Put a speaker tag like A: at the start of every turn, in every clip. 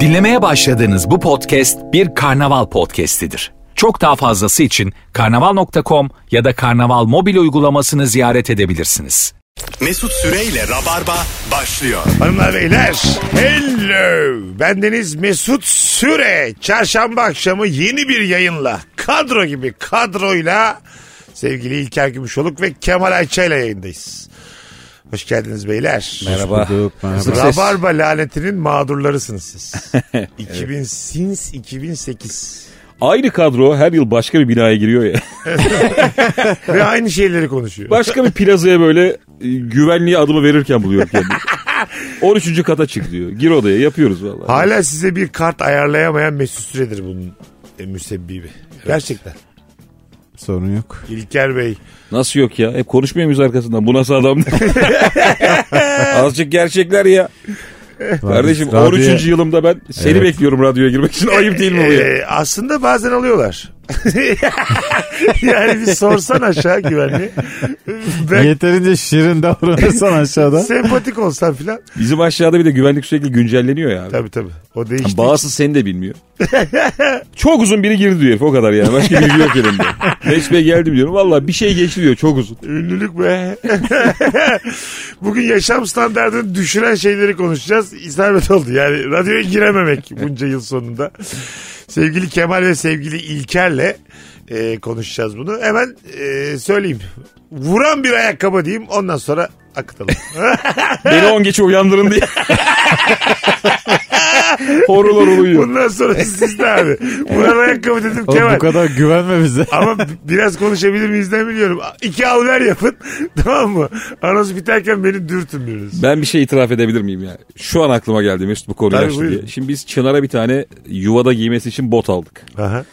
A: Dinlemeye başladığınız bu podcast bir karnaval podcastidir. Çok daha fazlası için karnaval.com ya da karnaval mobil uygulamasını ziyaret edebilirsiniz.
B: Mesut Süreyle Rabarba başlıyor.
C: Hanımlar beyler hello bendeniz Mesut Süre çarşamba akşamı yeni bir yayınla kadro gibi kadroyla sevgili İlker Gümüşoluk ve Kemal Ayça ile yayındayız. Hoş geldiniz beyler.
D: Merhaba. Kısık ses.
C: Rabarba lanetinin mağdurlarısınız siz. 2000 since 2008
D: Aynı kadro her yıl başka bir binaya giriyor ya.
C: ve aynı şeyleri konuşuyor.
D: Başka bir plazaya böyle e, güvenliğe adımı verirken buluyorum kendimi. 13. kata çık diyor. Gir odaya yapıyoruz vallahi.
C: Hala size bir kart ayarlayamayan Mesut Süredir bunun e, müsebbibi. Gerçekten.
E: Sorun yok.
C: İlker Bey.
D: Nasıl yok ya? Hep konuşmuyor muyuz arkasından? Bu nasıl adam? Azıcık gerçekler ya. Kardeşim
E: Radyo-
D: 13. yılımda ben seni bekliyorum radyoya girmek için. Ayıp değil mi bu ya?
C: Ee, aslında bazen alıyorlar. yani bir sorsan aşağı güvenli. Ben
E: Yeterince şirin davranırsan aşağıda.
C: sempatik olsan filan.
D: Bizim aşağıda bir de güvenlik sürekli güncelleniyor ya. Abi.
C: Tabii tabii. O değişti.
D: Bazısı seni de bilmiyor. çok uzun biri girdi diyor herif, o kadar yani. Başka bilgi yok elimde. Resme geldim diyorum. Valla bir şey geçti diyor çok uzun.
C: Ünlülük be. Bugün yaşam standartını düşüren şeyleri konuşacağız. İsabet oldu. Yani radyoya girememek bunca yıl sonunda. Sevgili Kemal ve sevgili İlker'le e, konuşacağız bunu. Hemen e, söyleyeyim. Vuran bir ayakkabı diyeyim. Ondan sonra akıtalım.
D: Beni 10 geçe uyandırın diye. Horul horul uyuyor.
C: Bundan sonra sizde abi. Vuran ayakkabı dedim
E: Oğlum
C: Kemal.
E: bu kadar güvenme bize.
C: Ama bi- biraz konuşabilir miyiz ne biliyorum. İki al ver yapın. Tamam mı? Anons biterken beni dürtün biraz.
D: Ben bir şey itiraf edebilir miyim ya? Şu an aklıma geldi Mesut bu konuyu
C: Tabii,
D: açtı
C: buyurun.
D: diye. Şimdi biz Çınar'a bir tane yuvada giymesi için bot aldık.
C: Aha.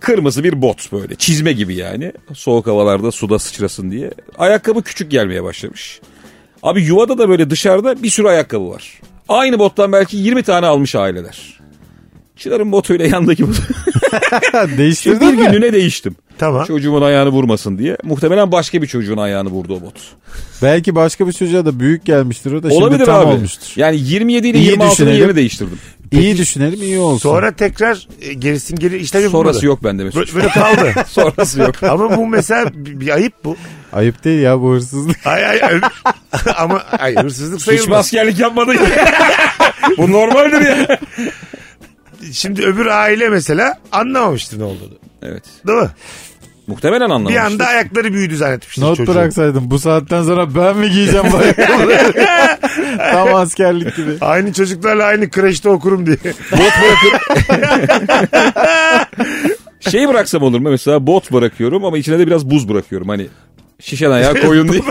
D: Kırmızı bir bot böyle çizme gibi yani. Soğuk havalarda suda sıçrasın diye. Ayakkabı küçük gelmeye başlamış. Abi yuvada da böyle dışarıda bir sürü ayakkabı var. Aynı bottan belki 20 tane almış aileler. Çınar'ın botuyla yandaki botu. bir
E: Değiştirdin mi?
D: günlüğüne değiştim.
C: Tamam.
D: Çocuğumun ayağını vurmasın diye. Muhtemelen başka bir çocuğun ayağını vurdu o bot.
E: Belki başka bir çocuğa da büyük gelmiştir o da
D: Olabilir
E: şimdi tam
D: abi.
E: olmuştur.
D: Yani 27 ile
E: İyi
D: 26'nın
E: düşünelim.
D: yerini değiştirdim.
E: İyi düşünelim iyi olsun.
C: Sonra tekrar e, gerisin geri işlem yapılmadı.
D: Sonrası yok bende Mesut.
C: Bö- Böyle kaldı.
D: Sonrası yok.
C: Ama bu mesela bir, bir ayıp bu.
E: Ayıp değil ya bu hırsızlık.
C: Ay ay ay. Ama ay, hırsızlık
D: Hiç
C: sayılmaz.
D: maskerlik yapmadı. Bu normaldir ya.
C: Şimdi öbür aile mesela anlamamıştır ne olduğunu.
D: Evet.
C: Değil mi?
D: Muhtemelen
C: Bir
D: anlamamıştır.
C: anda ayakları büyüdü zannetmiştir
E: Not
C: çocuğu.
E: bıraksaydım bu saatten sonra ben mi giyeceğim bu ayakkabıları? tam askerlik gibi.
C: Aynı çocuklarla aynı kreşte okurum diye.
D: Bot bırakıp... şey bıraksam olur mu mesela bot bırakıyorum ama içine de biraz buz bırakıyorum. Hani şişen ayağı koyun diye.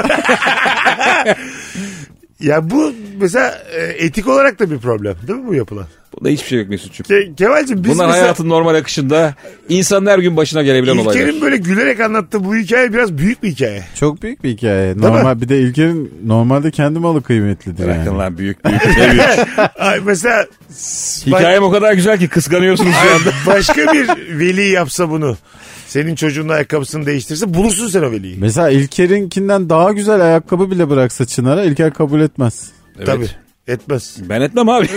C: Ya bu mesela e, etik olarak da bir problem değil mi bu yapılan?
D: Bunda hiçbir şey yok Mesut'cum.
C: Ke- Kemal'cim biz
D: Bunlar
C: mesela
D: hayatın normal akışında insanın her gün başına gelebilen olaylar.
C: İlker'in böyle gülerek anlattığı bu hikaye biraz büyük bir hikaye.
E: Çok büyük bir hikaye. Normal bir de İlker'in normalde kendi malı kıymetlidir
D: Bırakın
E: yani.
D: lan büyük büyük. Ne büyük.
C: Ay mesela s- ba-
D: Hikayem o kadar güzel ki kıskanıyorsunuz şu anda.
C: başka bir veli yapsa bunu. Senin çocuğunun ayakkabısını değiştirse bulursun sen o veliyi.
E: Mesela İlker'inkinden daha güzel ayakkabı bile bıraksa Çınar'a İlker kabul etmez.
D: Evet.
C: Tabii. Etmez.
D: Ben etmem abi.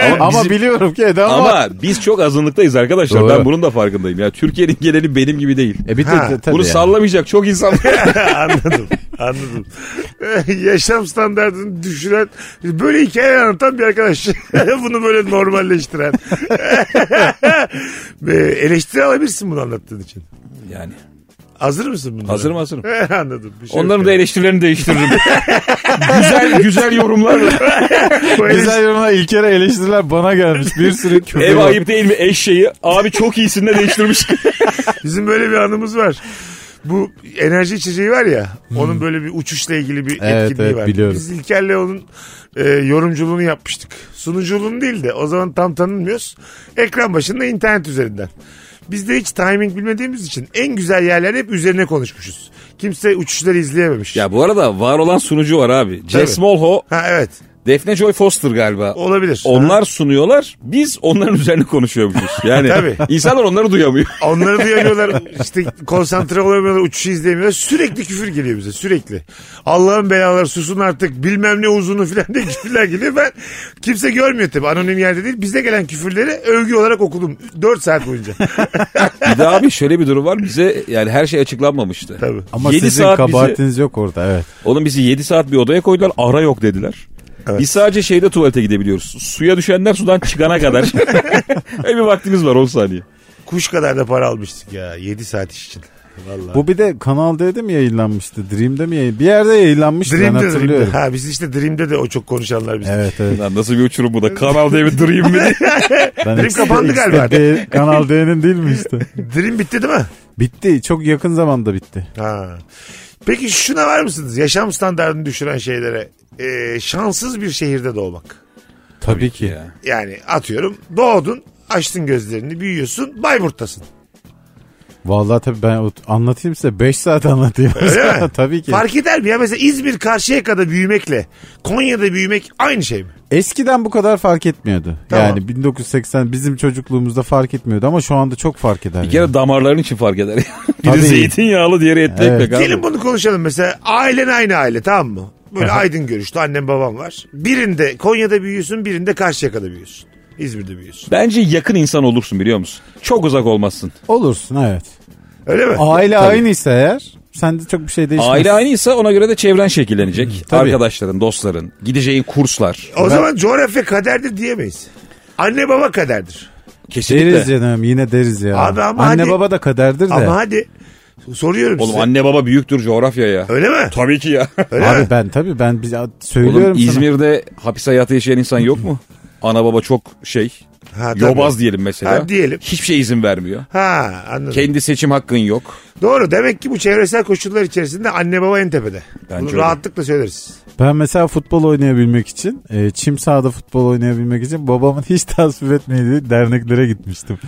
D: ama,
E: Ama
D: bizim-
E: biliyorum ki Eda ama...
D: ama biz çok azınlıktayız arkadaşlar.
E: Doğru.
D: Ben bunun da farkındayım. Ya Türkiye'nin geneli benim gibi değil.
E: E bir de,
C: Ha,
E: de- tabii
D: Bunu
E: yani.
D: sallamayacak çok insan. var.
C: anladım. Anladım. Yaşam standartını düşüren böyle hikaye anlatan bir arkadaş. bunu böyle normalleştiren. Ve Eleştiri alabilirsin bunu anlattığın için.
D: yani
C: Hazır mısın buna?
D: hazırım hazırım.
C: anladım. Bir şey
D: Onların
C: yok
D: da
C: yani.
D: eleştirilerini değiştiririm. güzel güzel yorumlar.
C: Bu eleştiri-
E: Güzel yorumlar İlker'e eleştiriler bana gelmiş. Bir sürü küfür.
D: Ev
E: var.
D: ayıp değil mi eşeği? Abi çok iyisin de değiştirmiş.
C: Bizim böyle bir anımız var. Bu enerji içeceği var ya. Onun böyle bir uçuşla ilgili bir
E: Hmm. Evet,
C: etkinliği
E: evet,
C: var.
E: biliyorum.
C: Biz İlker'le onun e, yorumculuğunu yapmıştık. Sunuculuğunu değil de o zaman tam tanınmıyoruz. Ekran başında internet üzerinden. Biz de hiç timing bilmediğimiz için en güzel yerler hep üzerine konuşmuşuz. Kimse uçuşları izleyememiş.
D: ya bu arada var olan sunucu var abi.
C: Tabii.
D: Jess Molho
C: Ha evet.
D: Defne Joy Foster galiba.
C: Olabilir.
D: Onlar sunuyorlar. Biz onların üzerine konuşuyormuşuz. Yani
C: Tabii.
D: insanlar onları duyamıyor.
C: Onları duyamıyorlar. işte konsantre olamıyorlar. Uçuşu izleyemiyorlar. Sürekli küfür geliyor bize. Sürekli. Allah'ın belaları susun artık. Bilmem ne uzunu filan diye küfürler geliyor. Ben kimse görmüyor tabii. Anonim yerde değil. Bize gelen küfürleri övgü olarak okudum. 4 saat boyunca.
D: Bir de abi şöyle bir durum var. Bize yani her şey açıklanmamıştı.
C: Tabii.
E: Ama
D: Yedi
E: sizin
D: saat bizi-
E: kabahatiniz yok orada evet.
D: Oğlum bizi 7 saat bir odaya koydular. Ara yok dediler. Biz sadece şeyde tuvalete gidebiliyoruz. Suya düşenler sudan çıkana kadar. Öyle bir vaktimiz var 10 saniye.
C: Kuş kadar da para almıştık ya. 7 saat iş için. Vallahi.
E: Bu bir de Kanal D'de mi yayınlanmıştı? Dream'de mi yayın? Bir yerde yayınlanmıştı ben
C: Dream'de Dream'de.
E: hatırlıyorum.
C: Ha biz işte Dream'de de o çok konuşanlar bizim.
E: Evet evet.
D: Lan nasıl bir uçurum bu da? Kanal David Dream mi?
E: Ben
C: Dream
E: X'de-
C: kapandı
E: X'de
C: galiba.
E: D- Kanal D'nin değil mi işte?
C: Dream bitti değil mi?
E: Bitti. Çok yakın zamanda bitti.
C: Ha. Peki şuna var mısınız? Yaşam standartını düşüren şeylere. Ee, şanssız bir şehirde doğmak.
E: Tabii, ki.
C: Yani atıyorum doğdun açtın gözlerini büyüyorsun Bayburt'tasın.
E: Vallahi tabii ben ot- anlatayım size. 5 saat anlatayım.
C: Öyle mi?
E: tabii ki.
C: Fark eder mi ya mesela İzmir Karşıyaka'da büyümekle Konya'da büyümek aynı şey mi?
E: Eskiden bu kadar fark etmiyordu.
C: Tamam.
E: Yani 1980 bizim çocukluğumuzda fark etmiyordu ama şu anda çok fark eder.
D: Bir
E: yani.
D: kere damarların için fark eder. Biri
E: Tabii.
D: zeytinyağlı diğeri etli
E: Evet.
D: ekmek abi.
C: Gelin bunu konuşalım mesela ailen aynı aile tamam mı? Böyle aydın görüşlü annem babam var. Birinde Konya'da büyüyorsun birinde Karşıyaka'da büyüyorsun. İzmir'de büyüyorsun.
D: Bence yakın insan olursun biliyor musun? Çok uzak olmazsın.
E: Olursun evet.
C: Öyle mi?
E: Aile aynıysa eğer sende çok bir şey değişmez.
D: Aile aynıysa ona göre de çevren şekillenecek.
E: Tabii.
D: Arkadaşların, dostların, gideceğin kurslar.
C: o zaman coğrafya kaderdir diyemeyiz. Anne baba kaderdir.
D: Kesinlikle.
E: Deriz canım yine deriz ya.
C: Abi ama
E: Anne
C: hadi-
E: baba da kaderdir de.
C: Ama hadi soruyorum
D: Oğlum
C: size.
D: anne baba büyüktür coğrafya ya.
C: Öyle mi?
D: Tabii ki ya.
C: Öyle mi?
E: Abi ben tabii ben bir- söylüyorum
D: Oğlum
E: sana.
D: İzmir'de hapis hayatı yaşayan insan yok mu? Ana baba çok şey.
C: Ha, tabii.
D: Yobaz diyelim mesela.
C: Ha, diyelim.
D: Hiçbir şey izin vermiyor.
C: Ha anladım.
D: Kendi seçim hakkın yok.
C: Doğru. Demek ki bu çevresel koşullar içerisinde anne baba en tepede.
D: Bence
C: Bunu
D: öyle.
C: rahatlıkla söyleriz.
E: Ben mesela futbol oynayabilmek için, e, çim sahada futbol oynayabilmek için babamın hiç tasvip etmediği derneklere gitmiştim.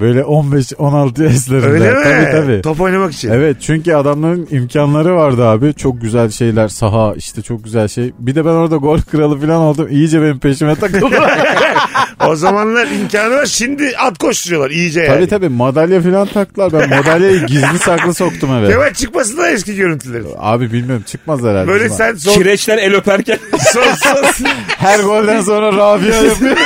E: Böyle 15-16 yaşlarında.
C: Öyle mi?
E: Tabii tabii.
C: Top oynamak için.
E: Evet çünkü adamların imkanları vardı abi. Çok güzel şeyler saha işte çok güzel şey. Bir de ben orada gol kralı falan oldum. İyice benim peşime takıldı.
C: O zamanlar imkanı var. Şimdi at koşturuyorlar iyice yani.
E: tabii tabii madalya falan taktılar. Ben madalyayı gizli saklı soktum eve.
C: Kemal çıkmasın da eski görüntülerin.
E: Abi bilmiyorum çıkmaz herhalde.
C: Böyle
E: Ulan.
C: sen sol,
D: Kireçler el öperken.
C: sol, sol-
E: Her golden sonra Rabia yapıyor.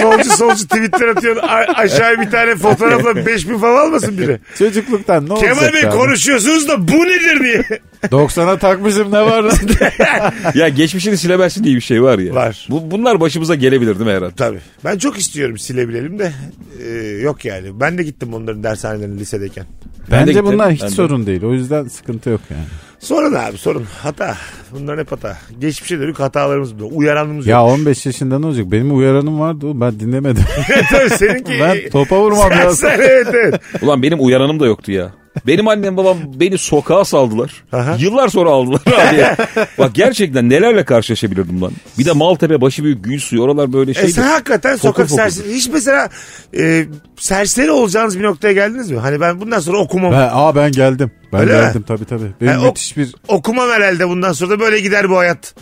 C: solcu solcu tweetler atıyorsun. A- aşağıya bir tane fotoğrafla 5000 falan almasın biri.
E: Çocukluktan ne olacak
C: Kemal Bey
E: yani?
C: konuşuyorsunuz da bu nedir diye.
E: 90'a takmışım ne var lan?
D: ya geçmişini silemezsin diye bir şey var ya.
C: Var.
D: Bu, bunlar başımıza gelebilir değil mi herhalde?
C: Tabii. Ben çok istiyorum silebilelim de. Ee, yok yani. Ben de gittim bunların dershanelerine lisedeyken.
D: Ben de
E: Bence
D: gittim,
E: bunlar hiç
D: ben de.
E: sorun değil. O yüzden sıkıntı yok yani.
C: Sorun abi sorun. Hata. Bunların hep hata. Geçmişe dönük hatalarımız bu. Uyaranımız
E: Ya
C: yok.
E: 15 yaşında ne olacak? Benim uyaranım vardı. oğlum, Ben dinlemedim.
C: Tabii seninki.
E: ben topa vurmam
C: sen,
E: lazım.
C: sen, evet evet.
D: Ulan benim uyaranım da yoktu ya. Benim annem babam beni sokağa saldılar.
C: Aha.
D: Yıllar sonra aldılar abi. Bak gerçekten nelerle karşılaşabilirdim lan. Bir de Maltepe başı büyük gül suyu oralar böyle
C: E
D: şeydi.
C: sen hakikaten
D: Fokur
C: sokak
D: fokur.
C: serseri. Hiç mesela e, serseri olacağınız bir noktaya geldiniz mi? Hani ben bundan sonra okumam.
E: Ben, aa ben geldim. Ben
C: Öyle mi?
E: geldim tabii tabii. Benim
C: Ha, o-
E: müthiş bir
C: Okumam herhalde bundan sonra da böyle gider bu hayat.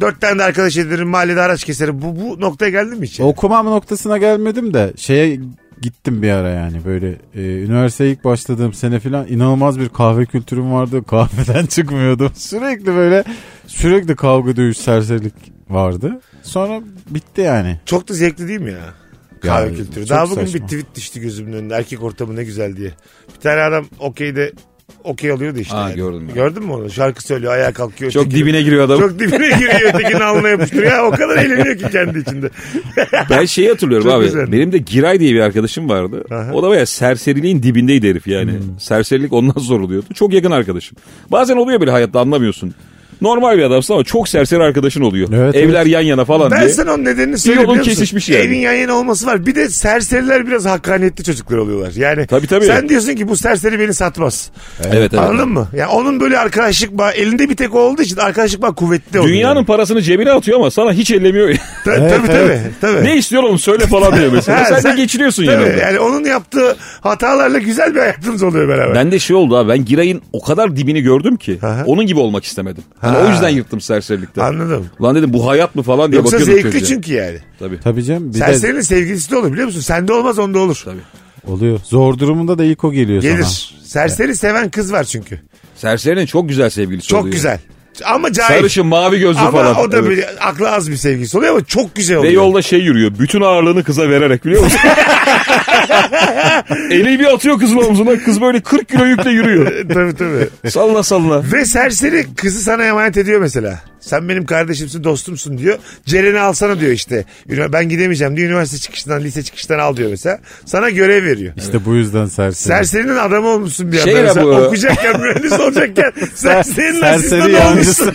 C: Dört tane de arkadaş edinirim mahallede araç keserim. Bu, bu noktaya geldin mi hiç?
E: Okumam noktasına gelmedim de şeye gittim bir ara yani böyle e, üniversiteye ilk başladığım sene filan inanılmaz bir kahve kültürüm vardı. Kahveden çıkmıyordum. Sürekli böyle sürekli kavga dövüş serserilik vardı. Sonra bitti yani.
C: Çok da zevkli değil mi ya? Kahve
E: Ya,
C: kültürü.
E: çok
C: Daha bugün
E: saçma.
C: bir tweet düştü gözümün önünde. Erkek ortamı ne güzel diye. Bir tane adam okeyde okey alıyordu işte.
D: Ha,
C: yani.
D: gördüm ben.
C: Gördün mü onu? Şarkı söylüyor ayağa kalkıyor.
D: Çok
C: ötekini-
D: dibine giriyor adam.
C: Çok dibine giriyor ötekinin alnına yapıştırıyor. Ya, o kadar eğleniyor ki kendi içinde.
D: Ben şeyi hatırlıyorum
C: Çok
D: abi.
C: güzel.
D: Benim de Giray diye bir arkadaşım vardı.
C: Aha. Hmm.
D: O da bayağı serseriliğin dibindeydi herif yani. Serserilik ondan zor oluyordu. Çok yakın arkadaşım. Bazen oluyor böyle hayatta anlamıyorsun. Normal bir adamsın ama çok serseri arkadaşın oluyor.
E: Evet,
D: Evler yan yana falan
C: Ben
D: diye.
C: sana onun nedenini söyleyeyim.
D: yolun
C: biliyor musun?
D: kesişmiş yani.
C: Evin yan yana olması var. Bir de serseriler biraz hakkaniyetli çocuklar oluyorlar. Yani
D: Tabii, tabii.
C: sen diyorsun ki bu serseri beni satmaz.
D: Evet evet.
C: Anladın mı? Yani onun böyle arkadaşlık bağı elinde bir tek o olduğu için arkadaşlık bağı kuvvetli oluyor.
D: Dünyanın parasını cebine atıyor ama sana hiç ellemiyor.
C: Ta-
E: Evet,
C: tabii,
E: evet.
C: tabii tabii.
D: ne istiyor oğlum söyle falan diyor mesela.
C: Ha,
D: sen,
C: sen-
D: de geçiniyorsun
C: Tabii,
D: yanında.
C: yani onun yaptığı hatalarla güzel bir hayatımız oluyor beraber.
D: Ben de şey oldu abi ben Giray'ın o kadar dibini gördüm ki
C: Aha.
D: onun gibi olmak istemedim. Hani o yüzden yırttım serserilikten.
C: Anladım.
D: Ulan dedim bu hayat mı falan diye
C: Yoksa
D: bakıyordum
C: zevkli
D: çocuğa.
C: çünkü yani.
D: Tabii.
E: Tabii canım bir de
C: Serserinin sevgilisi de olur biliyor musun? Sende olmaz onda olur.
D: Tabii.
E: oluyor. Zor durumunda da ilk o geliyor
C: Gelir.
E: sana.
C: Serseri seven kız var çünkü.
D: Serserinin çok güzel sevgilisi
C: Çok
D: oluyor.
C: güzel. Ama cahil.
D: Sarışın mavi gözlü
C: ama
D: falan.
C: o da
D: Evet.
C: böyle aklı az bir sevgilisi oluyor ama çok güzel
D: Ve
C: oluyor.
D: yolda şey yürüyor. Bütün ağırlığını kıza vererek biliyor musun? Eli bir atıyor kızın omzuna. Kız böyle 40 kilo yükle yürüyor.
C: E, tabii tabii.
D: Sallana sallana.
C: Ve serseri kızı sana emanet ediyor mesela. Sen benim kardeşimsin, dostumsun diyor. Ceren'i alsana diyor işte. Ünivers- Ben gidemeyeceğim diyor. Üniversite çıkışından, lise çıkışından al diyor mesela. Sana görev veriyor.
E: İşte bu yüzden serseri.
C: Serserinin adamı olmuşsun bir
D: Şey
C: anda.
D: ya
C: Mesela
D: bu-
C: Okuyacakken, mühendis olacakken serserinin
E: Serseri
C: asistanı olmuşsun.
E: yancısı.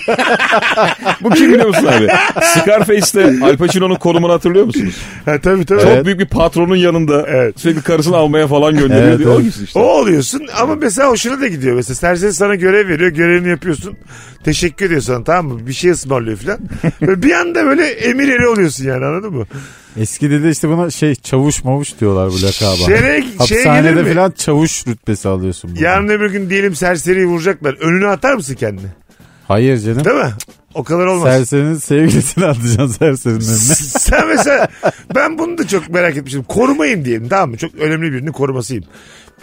D: Bu kim biliyor musun abi? Scarface'te Al Pacino'nun konumunu hatırlıyor musunuz?
C: Ha, tabii tabii.
D: Çok
E: Evet.
D: büyük bir patronun yanında
C: Evet.
D: sürekli karısını almaya falan gönderiyor.
E: Evet,
D: diyor. O
E: evet.
D: gibisin işte.
C: O oluyorsun ama mesela hoşuna da gidiyor. Mesela serseri sana görev veriyor. Görevini yapıyorsun. Teşekkür ediyor sana tamam mı? Bir şey ısmarlıyor falan. Ve bir anda böyle emir eri oluyorsun yani anladın mı?
E: Eski dilde işte buna şey çavuş mavuş diyorlar bu lakaba.
C: Şeye- şeye gelir
E: Hapishanede
C: mi?
E: falan çavuş rütbesi alıyorsun. buradan.
C: Yarın öbür gün diyelim serseriyi vuracaklar. Önüne atar mısın kendini?
E: Hayır canım.
C: Değil mi? O kadar olmaz.
E: Serserinin sevgilisini atacaksın serserinin önüne.
C: S- Sen mesela ben bunu da çok merak etmiştim. Korumayım diyelim tamam mı? Çok önemli birini korumasıyım.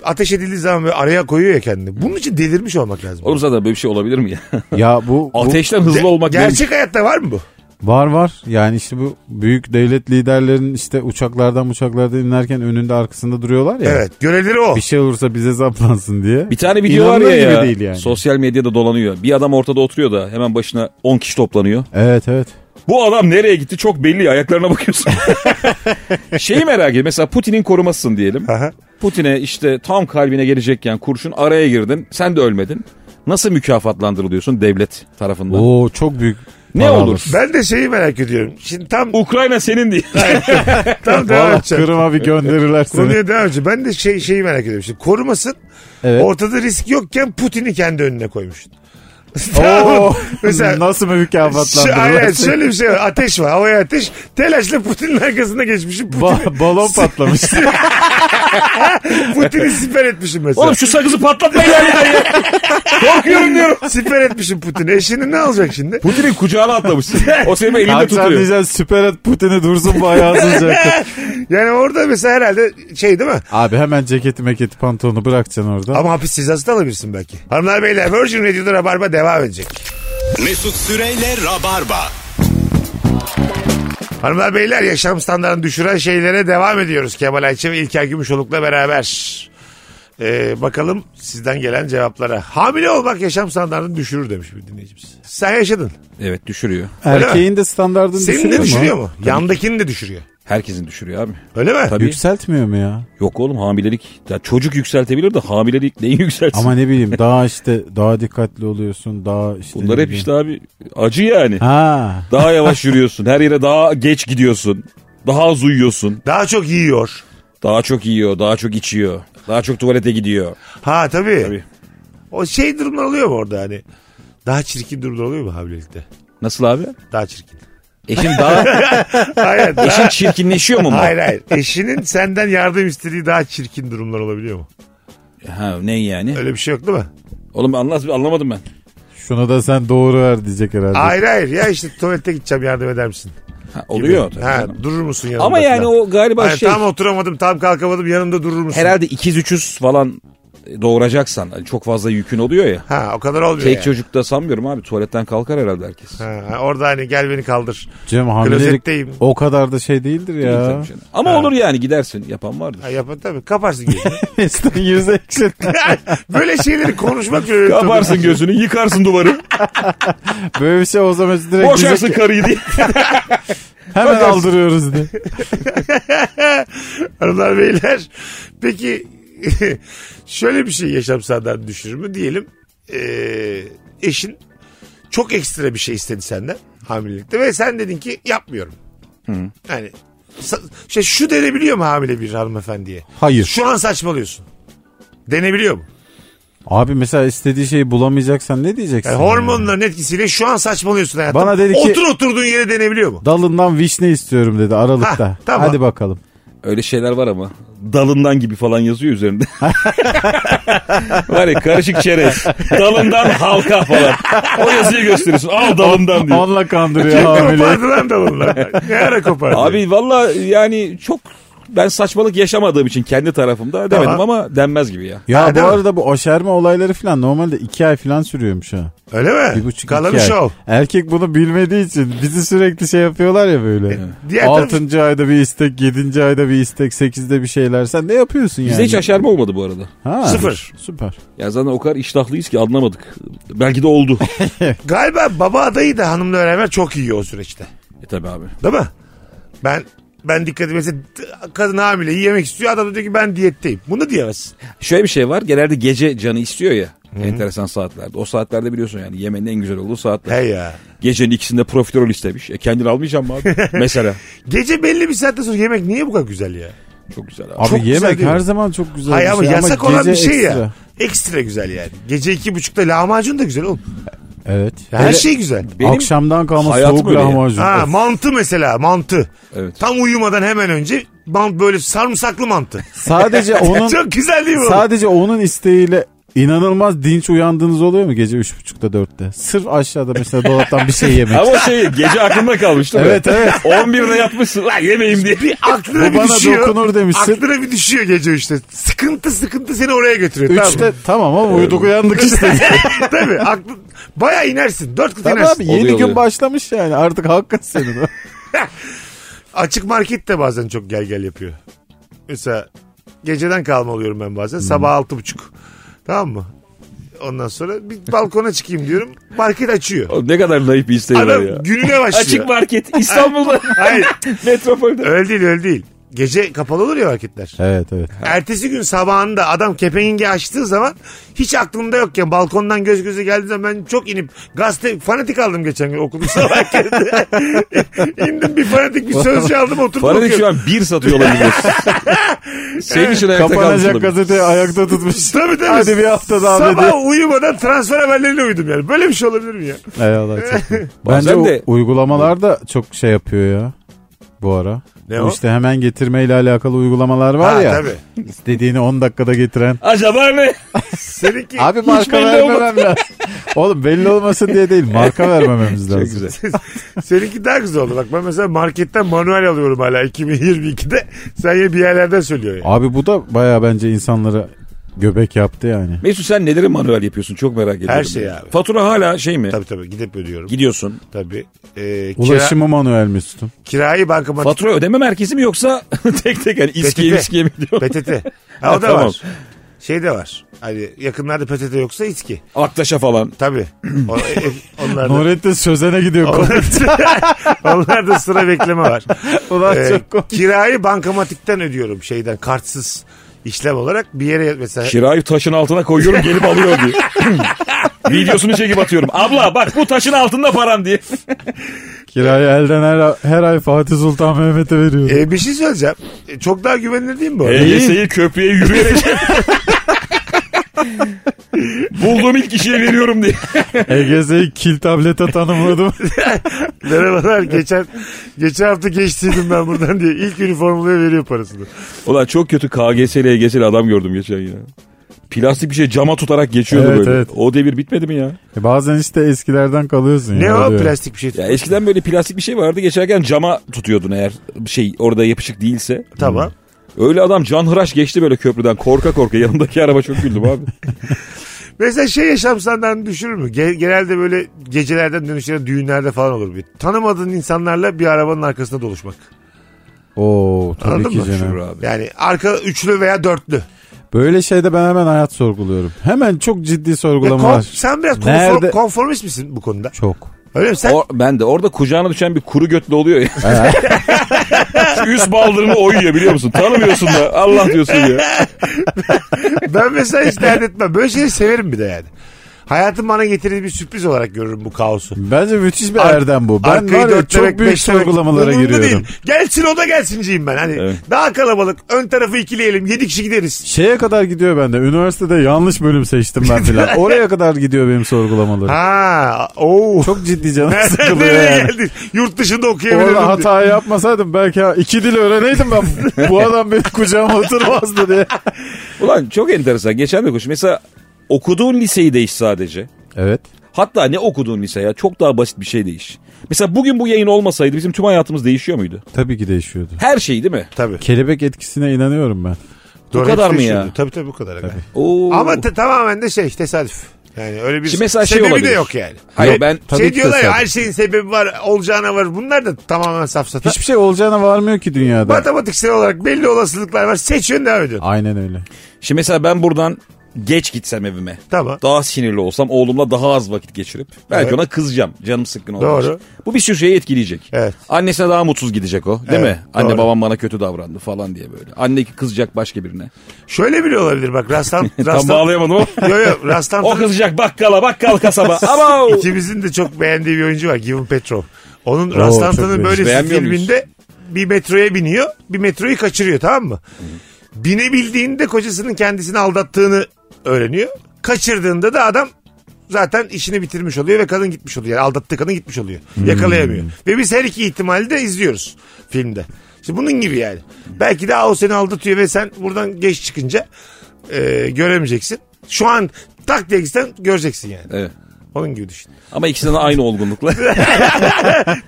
C: Ateş edildiği zaman böyle araya koyuyor ya kendini. Bunun için delirmiş olmak lazım.
D: Oğlum zaten böyle bir şey olabilir mi ya?
E: Ya bu, bu
D: Ateşten hızlı olmak neymiş?
C: Gerçek hayatta var mı bu?
E: var var. Yani işte bu büyük devlet liderlerin işte uçaklardan uçaklardan inerken önünde arkasında duruyorlar ya.
C: Evet. Görevleri o.
E: Bir şey olursa bize zaplansın diye.
D: Bir tane video var ya,
E: İnanılır gibi
D: ya
E: değil yani.
D: sosyal medyada dolanıyor. Bir adam ortada oturuyor da hemen başına 10 kişi toplanıyor.
E: Evet evet.
D: Bu adam nereye gitti çok belli ya, ayaklarına bakıyorsun. Şeyi merak ediyorum mesela Putin'in korumasısın diyelim.
C: Aha.
D: Putin'e işte tam kalbine gelecekken kurşun araya girdin sen de ölmedin. Nasıl mükafatlandırılıyorsun devlet tarafından?
E: Oo çok büyük.
D: ne
E: para
D: olur?
E: alır.
C: Ben de şeyi merak ediyorum. Şimdi tam
D: Ukrayna senin diye.
C: tam devam
E: Valla
C: edeceğim.
E: Kırım'a bir gönderirler seni.
C: Konuya devam edeceğim. Ben de şey, şeyi merak ediyorum. Şimdi korumasın.
E: Evet.
C: Ortada risk yokken Putin'i kendi önüne koymuş.
E: Oo,
C: Mesela-
E: nasıl bir
C: Şu- Aynen
E: mükafatlandırırlar seni?
C: şöyle bir şey var. Ateş var. Havaya ateş. Telaşla Putin'in arkasına geçmişim. Putin'i
E: Ba- balon patlamış.
C: Putin'i siper etmişim mesela.
D: Oğlum şu sakızı patlatmayın lan ya. Korkuyorum diyorum.
C: siper etmişim Putin'i. Eşini ne alacak şimdi?
D: Putin'in kucağına atlamışsın. O seni böyle elinde
E: Abi sen
D: tutuyor.
E: diyeceksin süper et Putin'i dursun bu ayağı sıcak.
C: Yani orada mesela herhalde şey değil mi?
E: Abi hemen ceketi meketi pantolonu bırakacaksın orada.
C: Ama hapis cezası da alabilirsin belki. Hanımlar beyler Virgin Radio'da Rabarba devam edecek.
B: Mesut Süreyle Rabarba.
C: Hanımlar beyler yaşam standartını düşüren şeylere devam ediyoruz. Kemal Ayçi ve İlker Gümüşoluk'la beraber. Ee, bakalım sizden gelen cevaplara. Hamile olmak yaşam standartını düşürür demiş bir dinleyicimiz. Sen yaşadın.
D: Evet düşürüyor.
E: Erkeğin de standartını
C: Senin
E: düşürüyor
C: de
E: mu?
C: düşürüyor mu? Yandakini de düşürüyor.
D: Herkesin düşürüyor abi.
C: Öyle mi?
D: Tabii.
E: Yükseltmiyor mu ya?
D: Yok oğlum hamilelik. Ya çocuk yükseltebilir de hamilelik neyi yükseltsin?
E: Ama ne bileyim daha işte daha dikkatli oluyorsun daha işte.
D: Bunlar
E: ne
D: hep
E: bileyim.
D: işte abi acı yani.
E: Ee, Ha.
D: Daha yavaş yürüyorsun. Her yere daha geç gidiyorsun. Daha az uyuyorsun.
C: Daha çok yiyor.
D: Daha çok yiyor. Daha çok içiyor. Daha çok tuvalete gidiyor.
C: Ha tabii.
D: Tabii.
C: O şey durumlar oluyor mu orada hani? Daha çirkin durumlar oluyor mu hamilelikte?
D: Nasıl abi?
C: Daha çirkin.
D: Eşin daha
C: Hayır. daha-
D: eşin çirkinleşiyor mu? bu?
C: hayır hayır. Eşinin senden yardım istediği daha çirkin durumlar olabiliyor mu?
D: Ha ne yani?
C: Öyle bir şey yok değil mi?
D: Oğlum anlat anlamadım ben.
E: Şunu da sen doğru ver diyecek herhalde.
C: Hayır hayır ya işte tuvalete gideceğim yardım eder misin?
D: Ha, oluyor
C: Gibi.
D: tabii.
C: Ha,
D: canım.
C: durur musun yanımda?
D: Ama yani
C: falan?
D: o galiba
C: Hani
D: şey
C: Tam oturamadım tam kalkamadım yanımda durur musun?
D: herhalde ikiz üçüz falan doğuracaksan hani çok fazla yükün oluyor ya.
C: Ha o kadar olmuyor
D: Tek
C: yani.
D: çocukta sanmıyorum abi tuvaletten kalkar herhalde herkes.
C: Ha, orada hani gel beni kaldır.
E: Cem hamilelik
C: klozetteyim.
E: o kadar da şey değildir ya.
D: Tabii canım. Ama olur yani gidersin yapan vardır.
C: Ha, yapın tabii kaparsın gözünü.
E: Mesut'un yüzü ekşitti.
C: Böyle şeyleri konuşmak öyle.
D: Kaparsın gözünü yıkarsın duvarı.
E: Böyle bir şey olsa Mesut direkt diyecek
D: Boşarsın
E: ki,
D: karıyı diye.
E: hemen aldırıyoruz diye.
C: Hanımlar beyler. Peki şöyle bir şey yaşam standartını düşürür mü? Diyelim eee, eşin çok ekstra bir şey istedi senden hamilelikte ve sen dedin ki yapmıyorum. Yani sa- şey, şu denebiliyor mu hamile bir hanımefendiye?
E: Hayır.
C: Şu an saçmalıyorsun. Denebiliyor mu?
E: Abi mesela istediği şeyi bulamayacaksan ne diyeceksin?
D: E,
C: Yani
E: ya?
C: hormonların etkisiyle şu an saçmalıyorsun hayatım.
E: Bana dedi ki-
C: Otur oturduğun yere denebiliyor mu?
E: Dalından vişne istiyorum dedi Aralık'ta.
C: Hah, tamam.
E: Hadi bakalım.
D: Öyle şeyler var ama. Dalından gibi falan yazıyor üzerinde. var ya karışık çerez. Dalından halka falan. O yazıyı gösteriyorsun. Al dalından diyor.
E: Onunla kandırıyor hamile.
C: Kopardı lan dalını. Ne ara kopardı?
D: Abi valla yani çok ben saçmalık yaşamadığım için kendi tarafımda demedim
C: Tamam.
D: ama denmez gibi ya.
E: Ya
C: Ha,
E: bu
C: değil mi?
E: arada bu aşerme olayları falan normalde iki ay falan sürüyormuş ha.
C: Öyle mi?
E: Bir buçuk
C: Kalamış
E: iki ay.
C: ol.
E: Erkek bunu bilmediği için bizi sürekli şey yapıyorlar ya böyle.
C: E, diğer taraf-
E: Altıncı ayda bir istek, yedinci ayda bir istek, sekizde bir şeyler. Sen ne yapıyorsun
D: Bizde
E: yani?
D: hiç aşerme olmadı bu arada.
E: Ha,
C: Sıfır.
E: Süper.
D: Ya zaten o kadar iştahlıyız ki anlamadık. Belki de oldu.
C: Galiba baba adayı da hanımla beraber çok iyi o süreçte.
D: e tabi abi.
C: Değil mi? Ben ben dikkat edeyim. Mesela t- kadın hamile yemek istiyor. Adam da diyor ki ben diyetteyim. Bunu diyemez.
D: Şöyle bir şey var. Genelde gece canı istiyor ya. Enteresan saatlerde. O saatlerde biliyorsun yani yemenin en güzel olduğu saatler.
C: He ya.
D: Gecenin ikisinde profiterol istemiş. E kendini almayacağım mı abi? Mesela.
C: Gece belli bir saatte sonra yemek niye bu kadar güzel ya?
D: Çok güzel abi.
E: Abi
C: Çok güzel
E: yemek
C: değil mi?
E: her zaman çok güzel
C: Hayır
E: bir
C: ama
E: şey
C: yasak
E: ama
C: olan
E: gece
C: bir şey
E: ekstra.
C: ya. Ekstra güzel yani. Gece iki buçukta lahmacun da güzel oğlum.
E: Evet.
C: Her
E: Hele
C: şey güzel.
D: Benim-
E: Akşamdan kalma
D: hayatım
E: soğuk
D: öyle ya.
E: lahmacun.
C: Ha
E: Of.
C: mantı mesela mantı.
D: Evet.
C: Tam uyumadan hemen önce mant böyle sarımsaklı mantı.
E: Sadece onun
C: Çok güzel değil mi? oğlum?
E: sadece onun isteğiyle inanılmaz dinç uyandığınız oluyor mu gece üç buçukta dörtte? Sırf aşağıda mesela dolaptan bir şey yemek.
D: Ama o şey gece aklımda kalmış değil mi?
E: evet evet.
D: 11'de yatmışsın lan yemeyeyim diye.
C: Aklına
E: Bu
C: bir şey
E: bana
C: düşüyor.
E: dokunur demişsin.
C: Aklına bir düşüyor gece işte. Sıkıntı sıkıntı seni oraya götürüyor. tamam
E: Üçte
C: mı?
E: tamam ama uyuduk uyandık işte.
C: Tabii. Aklı, bayağı inersin. Dört kat
E: Tabii
C: inersin.
E: abi yeni
D: Oluyor,
E: gün
D: oluyor.
E: başlamış yani artık hakkın senin.
C: Açık market de bazen çok gel gel yapıyor. Mesela geceden kalma oluyorum ben bazen. Sabah altı buçuk. Tamam mı? Ondan sonra bir balkona çıkayım diyorum. Market açıyor.
D: Oğlum ne kadar naif bir isteği var
C: Adam
D: ya.
C: gününe başlıyor.
D: Açık market İstanbul'da
C: Hayır.
D: metropolde.
C: Öyle değil öyle değil. Gece kapalı olur ya marketler.
E: evet evet.
C: Ertesi gün sabahında adam kepengi açtığı zaman hiç aklımda yokken balkondan göz göze geldiği zaman ben çok inip gazete fanatik aldım geçen gün okudum sabah kendi. İndim bir fanatik bir sözcü aldım oturdum
D: Fanatik şu
C: okuyorum.
D: an bir satıyor olabilir. Senin için ayakta kalmış
E: Kapanacak
D: olabilir.
E: gazeteyi ayakta tutmuş.
C: Tabii tabii.
E: Hadi bir hafta daha
C: Sabah
E: dedi.
C: uyumadan transfer haberleriyle uyudum yani. Böyle bir şey olabilir mi ya?
E: Eyvallah. çok iyi. Bence
D: Bazen
E: o
D: de-
E: uygulamalar da çok şey yapıyor ya bu ara.
C: Ne
E: Bu
C: o?
E: İşte hemen getirmeyle alakalı uygulamalar var
C: Ha,
E: ya.
C: tabii.
E: İstediğini 10 dakikada getiren.
D: Acaba ne?
C: Seninki
E: Abi marka
D: belli
E: vermemem lazım. Oğlum belli olmasın diye değil marka vermememiz lazım.
D: Çok güzel.
C: seninki daha güzel oldu. Bak ben mesela marketten manuel alıyorum hala 2022'de. Sen yine bir yerlerden söylüyor yani.
E: Abi bu da baya bence insanlara göbek yaptı yani.
D: Mesut sen neleri manuel yapıyorsun çok merak ediyorum.
C: şey abi.
D: Fatura hala şey mi?
C: Tabii tabii gidip ödüyorum.
D: Gidiyorsun.
C: Tabii. Ee, kira-
E: Ulaşımı manuel Mesut'um.
C: kirayı bankamatik
D: Fatura ödeme merkezi mi yoksa tek tek yani iskiye
C: PTT.
D: iskiye mi diyor?
C: PTT. Ha,
D: Ha,
C: o da
D: tamam.
C: var. Şey de var. Hani yakınlarda PTT yoksa içki.
D: Aktaş'a falan.
C: Tabii. O, e, e, onlar da,
E: Nurettin Sözen'e gidiyor.
C: onlar, onlar da sıra bekleme var.
E: Ulan
C: Ee,
E: çok komik.
C: kirayı bankamatikten ödüyorum şeyden kartsız işlem olarak bir yere mesela
D: Kirayı taşın altına koyuyorum gelip alıyor diyor. Videosunu çekip atıyorum. Abla bak bu taşın altında param diye.
E: Kirayı elden her, her ay Fatih Sultan Mehmet'e veriyor.
C: Ee, bir şey söyleyeceğim. Ee, çok daha güvenilir değil mi bu? arada?
D: EYS'yi köprüye yürüyerek Bulduğum ilk kişiye veriyorum diye.
C: E-
E: Egeze'yi E kil tablete tanımladım.
C: Merhabalar geçen geçen hafta geçtiydim ben buradan diye ilk üniformalıya veriyor parasını.
D: Ulan çok kötü KGS'li EGS'li adam gördüm geçen ya. Plastik bir şey cama tutarak geçiyordu
E: Evet,
D: böyle.
E: evet.
D: O devir bitmedi mi ya?
E: E Bazen işte eskilerden kalıyorsun.
C: Ne
E: ya,
C: o
E: oluyor.
C: plastik bir şey.
D: Ya eskiden böyle plastik bir şey vardı geçerken cama tutuyordun eğer şey orada yapışık değilse.
C: Tamam.
D: Öyle adam canhıraş geçti böyle köprüden korka korka yanındaki araba çok güldüm abi.
C: Mesela şey yaşam standartını düşürür mü? Ge- Genelde böyle gecelerden dönüşlere düğünlerde falan olur bir. Tanımadığın insanlarla bir arabanın arkasında doluşmak.
E: Oo tabii
C: Anladın
E: ki
C: mı?
E: canım.
D: abi.
C: Yani arka üçlü veya dörtlü. E,
E: Böyle şeyde ben hemen hayat sorguluyorum. Hemen çok ciddi
C: Ya kon-
E: sorgulamalar.
C: sen biraz konfor-
E: Nerede?
C: konformist misin bu konuda?
E: Çok.
C: Öyle mi? Sen
D: O- ben de orada kucağına düşen bir kuru götlü oluyor ya. Şu üst baldırını oyuyor biliyor musun? Tanımıyorsun da Allah diyorsun ya.
C: ben mesela hiç dert etmem. Böyle şeyleri severim bir de yani. Hayatım bana getirdiği bir sürpriz olarak görürüm bu kaosu.
E: Bence müthiş bir
C: Ar-
E: erdem bu. Ben
C: Arkayı
E: var ya
C: dört
E: çok
C: demek,
E: büyük
C: beş demek
E: sorgulamalara
C: umurumda
E: giriyorum.
C: değil. Gelsin o da gelsinciyim ben. Hani
D: Evet.
C: daha kalabalık. Ön tarafı ikileyelim. Yedi kişi gideriz.
E: Şeye kadar gidiyor bende. Üniversitede yanlış bölüm seçtim ben filan. Oraya kadar gidiyor benim sorgulamalarım.
C: Ha, oo.
E: Çok ciddi canım sıkılıyor
C: Nereye
E: yani.
C: geldin? Yurt dışında okuyabilirdim.
E: Orada
C: diye.
E: hata yapmasaydım belki ha- iki dil öğreneydim ben. Bu adam benim kucağıma oturmazdı diye.
D: Ulan çok enteresan. Geçen de konuş. Mesela okuduğun liseyi değiş sadece.
E: Evet.
D: Hatta ne okuduğun lise ya çok daha basit bir şey değiş. Mesela bugün bu yayın olmasaydı bizim tüm hayatımız değişiyor muydu?
E: Tabii ki değişiyordu.
D: Her şey değil mi?
C: Tabii.
E: Kelebek etkisine inanıyorum ben.
C: Bu
D: kadar mı ya?
C: Tabii tabii bu kadar. aga.
D: Oo.
C: Ama te- tamamen de şey tesadüf. Yani öyle bir
D: Şimdi mesela şey
C: sebebi de
D: olabilir.
C: yok yani.
D: Hayır,
C: Hani
D: ben-
E: Tabii
C: şey
E: ki
C: diyorlar ya
E: tesadüf.
C: her şeyin sebebi var, olacağına var. Bunlar da tamamen safsata.
E: Hiçbir şey olacağına varmıyor ki
D: şey-
E: dünyada.
C: Matematiksel olarak belli olasılıklar var. Seçiyorsun devam ediyorsun.
E: Aynen öyle.
D: Şimdi mesela ben buradan geç gitsem evime.
C: Tamam.
D: Daha sinirli olsam oğlumla daha az vakit geçirip belki
C: Evet.
D: ona kızacağım. Canım sıkkın olduğu
C: Doğru.
D: için. Bu bir sürü şeyi etkileyecek.
C: Evet.
D: Annesine daha mutsuz gidecek o değil
C: Evet,
D: mi? Anne
C: doğru.
D: babam bana kötü davrandı falan diye böyle. Anne kızacak başka birine.
C: Şöyle bile olabilir bak rastlan...
D: Tam
C: rastlan
D: bağlayamadım ama.
C: yo yo rastlantı.
D: o kızacak bakkala bakkal kasaba. Ama o-
C: İkimizin de çok beğendiği bir oyuncu var. Given Petrov. Onun
E: çok
C: rastlantının
E: beğendim.
C: böyle
D: Beğenmiyor muyuz?
C: filminde bir metroya biniyor. Bir metroyu kaçırıyor tamam mı? Binebildiğinde kocasının kendisini aldattığını öğreniyor. Kaçırdığında da adam zaten işini bitirmiş oluyor ve kadın gitmiş oluyor. Yani aldattığı kadın gitmiş oluyor.
D: Hmm.
C: Yakalayamıyor. Ve biz her iki ihtimali de izliyoruz filmde. İşte bunun gibi yani. Belki de "Aa, o seni aldatıyor ve sen buradan geç çıkınca e, göremeyeceksin. Şu an tak diye gitsen göreceksin yani.
D: Evet.
C: Onun gibi düşün.
D: Ama ikisinden aynı olgunlukla.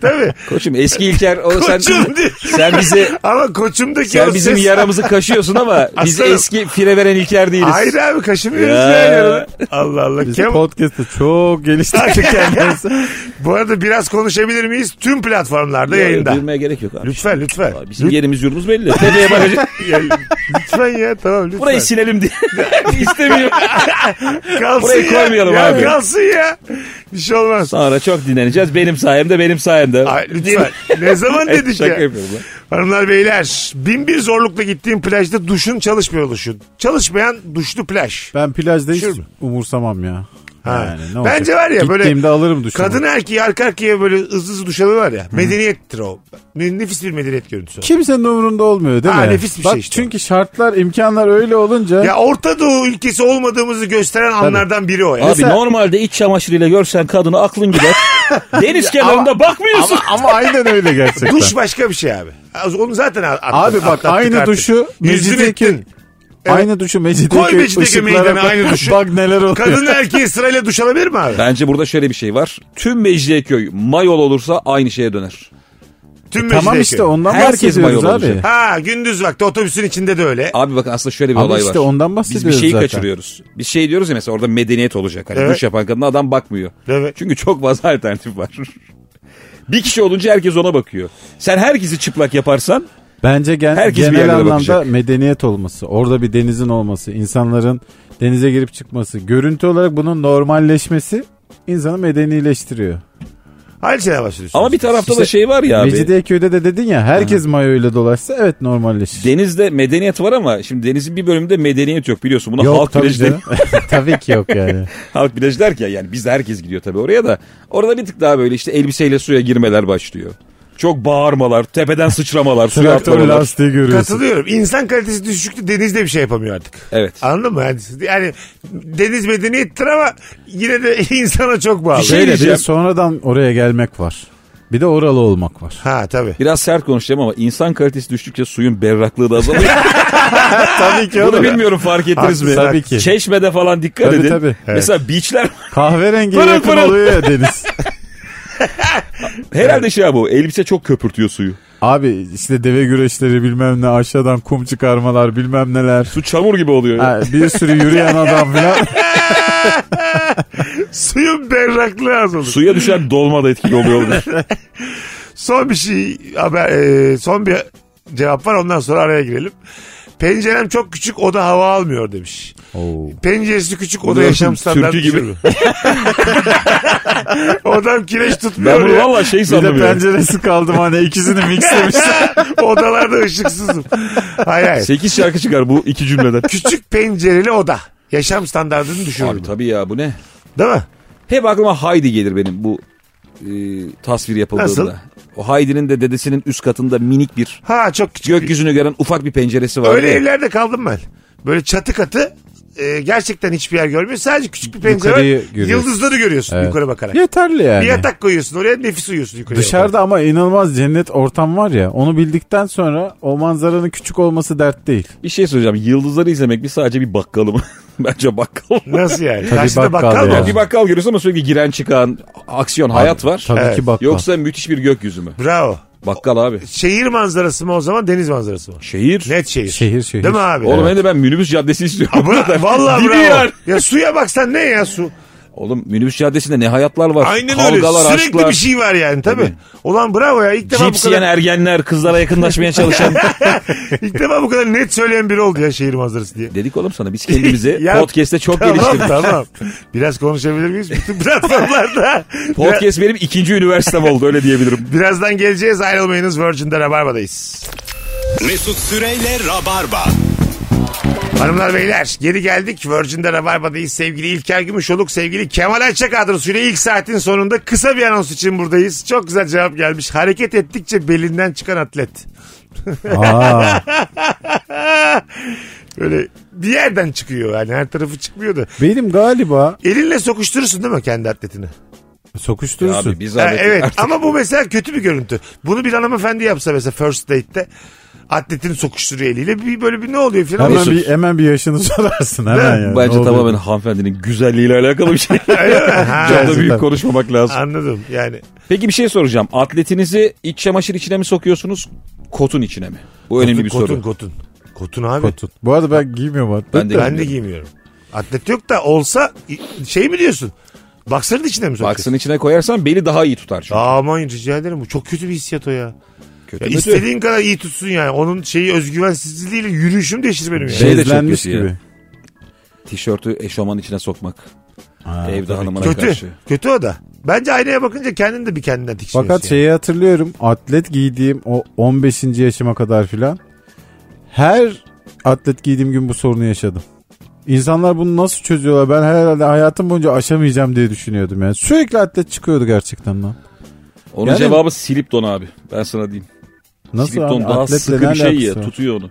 C: Tabii.
D: Koçum eski İlker o sen
C: Koçum diye.
D: sen bizi
C: Ama koçumdaki o
D: sen bizim
C: ses-
D: yaramızı kaşıyorsun ama biz
C: Aslanım.
D: eski fire veren İlker değiliz.
C: Hayır abi kaşımıyoruz
D: Ya.
C: ya. yarın. Allah Allah.
E: Bizim
C: Kem...
E: podcast'ı çok geliştirdi kendimizi.
C: Bu arada biraz konuşabilir miyiz? Tüm platformlarda
D: Yok,
C: yayında.
D: Duyurmaya gerek yok abi.
C: Lütfen lütfen.
D: Bizim yerimiz yurdumuz belli. Tepeye bakacak.
C: Ya, lütfen ya tamam lütfen.
D: Burayı silelim diye. İstemiyorum.
C: kalsın
D: burayı
C: ya.
D: koymayalım
C: ya,
D: abi.
C: Kalsın ya. Bir şey olmaz.
D: Sonra çok dinleneceğiz. Benim sayemde benim sayemde.
C: Ay, lütfen. ne zaman dedik
D: Şaka
C: ya?
D: yapıyorum lan.
C: Hanımlar beyler bin bir zorlukla gittiğim plajda duşun çalışmıyor oluşu. Çalışmayan duşlu plaj.
E: Ben plajda hiç
C: Şur-
E: umursamam ya.
C: Ha.
E: Yani ne
C: Bence
E: olacak?
C: var ya böyle
E: Gittiğimde alırım duşumu.
C: kadın erkeği arka arkaya böyle hızlı hızlı duş alıyorlar ya. Medeniyettir o. Ne- Nefis bir medeniyet görüntüsü. o.
E: Kimsenin umurunda olmuyor değil
C: Ha,
E: mi?
C: nefis bir
E: Bak,
C: şey işte.
E: Çünkü şartlar imkanlar öyle olunca
C: Ya Orta Doğu ülkesi olmadığımızı gösteren anlardan biri o ya.
D: Abi
E: Mesela-
D: normalde iç çamaşırıyla görsen kadını aklın gider. Deniz kenarında bakmıyorsun.
E: ama, ama aynen öyle gerçekten.
C: Duş başka bir şey abi. Az- Onu zaten at-
E: Abi bak
C: atlattık
E: aynı
C: artık.
E: duşu
C: Yüzdün
E: Mecidiyeköy
C: ettin.
E: aynı duşu
C: Koy
E: Mecidiyeköy
C: Mecidiyeköy meydana
E: ışıklara bak-
C: aynı duşu.
E: bak neler oluyor.
C: Kadın erkeği sırayla duş alabilir mi abi?
D: Bence burada şöyle bir şey var. Tüm Mecidiyeköy mayol olursa aynı şeye döner.
C: Tüm
E: E, Tamam
C: Mecidiyeköy.
E: işte ondan
D: Herkes
E: bahsediyoruz
D: bayılır
E: abi.
D: olacak.
C: Ha gündüz vakti otobüsün içinde de öyle.
D: Abi bak aslında şöyle bir
E: Abi
D: olay var.
E: işte ondan
D: Biz bir
E: bahsediyoruz
D: şeyi
E: zaten.
D: kaçırıyoruz. Biz şey diyoruz ya mesela orada medeniyet olacak. Hani
C: Evet.
D: duş yapan kadına adam bakmıyor.
C: Evet.
D: Çünkü çok fazla alternatif var. bir kişi olunca herkes ona bakıyor. Sen herkesi çıplak yaparsan
E: Bence gen-
D: Herkes bir yerlere
E: genel anlamda
D: bakacak.
E: medeniyet olması, orada bir denizin olması, insanların denize girip çıkması, görüntü olarak bunun normalleşmesi insanı medenileştiriyor.
C: Aynı şeyden bahsediyorsun.
D: ama bir tarafta da
E: İşte
D: şey var ya abi.
E: Mecidiyeköy'de de dedin ya herkes mayoyla dolaşsa evet normalleşir.
D: Denizde medeniyet var ama şimdi denizin bir bölümünde medeniyet yok biliyorsun. Buna
E: yok
D: halk
E: tabii
D: plajı
E: canım. tabii ki yok yani.
D: Halk plajı der ki ya, yani biz de herkes gidiyor tabii oraya da. Orada bir tık daha böyle işte elbiseyle suya girmeler başlıyor. Çok bağırmalar, tepeden sıçramalar, suya
E: Traktör
D: atlamalar.
E: lastiği görüyorsun.
C: Katılıyorum. İnsan kalitesi düşüktü. Deniz de bir şey yapamıyor artık.
D: Evet.
C: Anladın mı? Yani, yani deniz medeniyettir ama yine de insana çok bağlı.
D: Bir şey-
E: Şöyle bir
D: diyeceğim.
E: de sonradan oraya gelmek var. Bir de oralı olmak var.
C: Ha tabii.
D: Biraz sert konuşacağım ama insan kalitesi düştükçe suyun berraklığı da azalıyor.
E: Tabii ki
D: Bunu bilmiyorum fark ettiniz mi?
E: Tabii ki.
D: Çeşmede falan dikkat
E: Tabii,
D: edin.
E: tabii. Evet.
D: Mesela beachler
E: Kahverengi
D: Pırıl
E: yakın
D: pırıl.
E: oluyor ya deniz.
D: herhalde şey abi bu elbise çok köpürtüyor suyu.
E: Abi işte deve güreşleri bilmem ne aşağıdan kum çıkarmalar bilmem neler.
D: Su çamur gibi oluyor. ya.
E: Ha, bir sürü yürüyen adam falan.
C: Suyun berraklığı az olur.
D: Suya düşen dolma da etkili oluyor olabilir.
C: Son bir şey haber e, son bir cevap var ondan sonra araya girelim. Pencerem çok küçük oda hava almıyor demiş. Penceresi küçük oda
D: Biliyorsun,
C: yaşam standartı
D: türkü gibi.
C: gibi. Odam kireç tutmuyor.
D: Ben bunu
C: ya.
D: valla şey
E: Bir de
D: sandım ya.
E: penceresi kaldım hani ikisini mixlemiş.
C: Odalarda ışıksızım. Hay hay.
D: 8 şarkı çıkar bu iki cümleden.
C: Küçük pencereli oda. Yaşam standartını düşürür.
D: Abi tabii ya bu ne?
C: Değil mi?
D: Hep aklıma Haydi gelir benim bu e, tasvir yapıldığında.
C: Nasıl?
D: O Haydi'nin de dedesinin üst katında minik bir
C: Ha çok küçük.
D: gökyüzünü gören ufak bir penceresi var.
C: Öyle evlerde kaldım ben. Böyle çatı katı e, gerçekten hiçbir yer görmüyor. Sadece küçük bir pencere var.
E: Yukarıyı görüyorsun.
C: Yıldızları görüyorsun
E: Evet.
C: yukarı bakarak.
E: Yeterli yani.
C: Bir yatak koyuyorsun oraya nefis uyuyorsun yukarı.
E: Dışarıda ama inanılmaz cennet ortam var ya. Onu bildikten sonra o manzaranın küçük olması dert değil.
D: Bir şey söyleyeceğim. Yıldızları izlemek bir sadece bir bakkalı mı? Bence bakkal.
C: Nasıl yani?
E: Tabii
C: Karşıda
E: bakkal
C: bakkal
E: ya.
C: mı?
D: Yani bir bakkal görüyorsun ama sürekli giren çıkan aksiyon hayat var.
E: Tabii
C: Evet.
E: ki bak.
D: Yoksa müthiş bir gökyüzü mü?
C: Bravo.
D: Bakkal abi.
C: Şehir manzarası mı o zaman deniz manzarası mı?
D: Şehir.
C: Net şehir.
E: Şehir, şehir.
C: Değil mi abi?
D: Oğlum hem de ben minibüs caddesi istiyorum.
C: Bra- Vallahi
D: Dibi
C: bravo.
D: yani.
C: Ya suya baksan ne ya su?
D: Oğlum minibüs caddesinde ne hayatlar var.
C: Aynen öyle.
D: Kavgalar,
C: Sürekli
D: aşklar.
C: bir şey var yani tabii. Ulan bravo ya. ilk defa bu
D: Cips
C: kadar
D: yiyen ergenler, kızlara yakınlaşmaya çalışan.
C: ilk defa bu kadar net söyleyen biri oldu ya şehir manzarası diye.
D: Dedik oğlum sana biz kendimizi
C: Ya,
D: podcast'te çok
C: tamam,
D: geliştirdik.
C: Tamam. Biraz konuşabilir miyiz? Bütün platformlarda.
D: Podcast benim ikinci üniversitem oldu öyle diyebilirim.
C: Birazdan geleceğiz. Ayrılmayınız. Virgin'de Rabarba'dayız.
B: Mesut Süreyle Rabarba.
C: Hanımlar beyler geri geldik. Virgin'de Rabarba'dayız. Sevgili İlker Gümüşoluk, sevgili Kemal Ayça kadrosuyla ilk saatin sonunda kısa bir anons için buradayız. Çok güzel cevap gelmiş. Hareket ettikçe belinden çıkan atlet.
E: Aa,
C: Böyle bir yerden çıkıyor yani her tarafı çıkmıyor da.
E: benim galiba
C: Elinle sokuşturursun değil mi kendi atletini?
E: sokuşturursun.
D: Abi biz
C: Ha,
D: artık
C: evet ama bu mesela kötü bir görüntü. Bunu bir hanımefendi yapsa mesela first date'te atletini sokuşturuyor eliyle bir böyle bir ne oluyor filan.
E: Hemen
C: Olsun.
E: bir, hemen bir yaşını sorarsın hemen yani.
D: Bence
E: Ne oluyor?
D: tamamen hanımefendinin güzelliğiyle alakalı bir şey.
C: Öyle mi? Ha,
D: Canlı
E: tabii.
D: büyük konuşmamak lazım.
C: Anladım yani.
D: Peki bir şey soracağım. Atletinizi iç çamaşır içine mi sokuyorsunuz? Kotun içine mi? Bu önemli bir
C: kotun,
D: soru.
C: Kotun kotun. Kotun abi.
E: Kotun. Bu arada ben giymiyorum artık.
D: Ben de
C: Ben de giymiyorum. Atlet yok da olsa i- şey mi diyorsun? Baksırın içine mi sokuyorsun?
D: Baksın içine koyarsan beni daha iyi tutar çünkü.
C: Aman rica ederim bu çok kötü bir hissiyat o ya.
D: Kötü
C: ya
D: mü?
C: istediğin kadar iyi tutsun yani. Onun şeyi özgüvensizliğiyle yürüyüşüm değişir benim yani.
D: Şey- de çok
E: Bezlenmiş
D: kötü ya.
E: gibi.
D: Tişörtü eşofmanın içine sokmak. Evde hanımına
C: Kötü.
D: karşı.
C: Kötü o da. Bence aynaya bakınca kendin de bir kendinden tiksiniyorsun.
E: Fakat
C: yani.
D: şey
E: şeyi hatırlıyorum. Atlet giydiğim o 15. yaşıma kadar filan. Her atlet giydiğim gün bu sorunu yaşadım. İnsanlar bunu nasıl çözüyorlar? Ben herhalde hayatım boyunca aşamayacağım diye düşünüyordum yani. Sürekli atlet çıkıyordu gerçekten lan.
D: Onun
E: Yani-
D: cevabı silip don abi. Ben sana diyeyim.
E: Nasıl
D: Slipton
E: abi?
D: daha
E: Atletle
D: sıkı
E: ne
D: bir şey ya
E: alakası var?
D: tutuyor onu.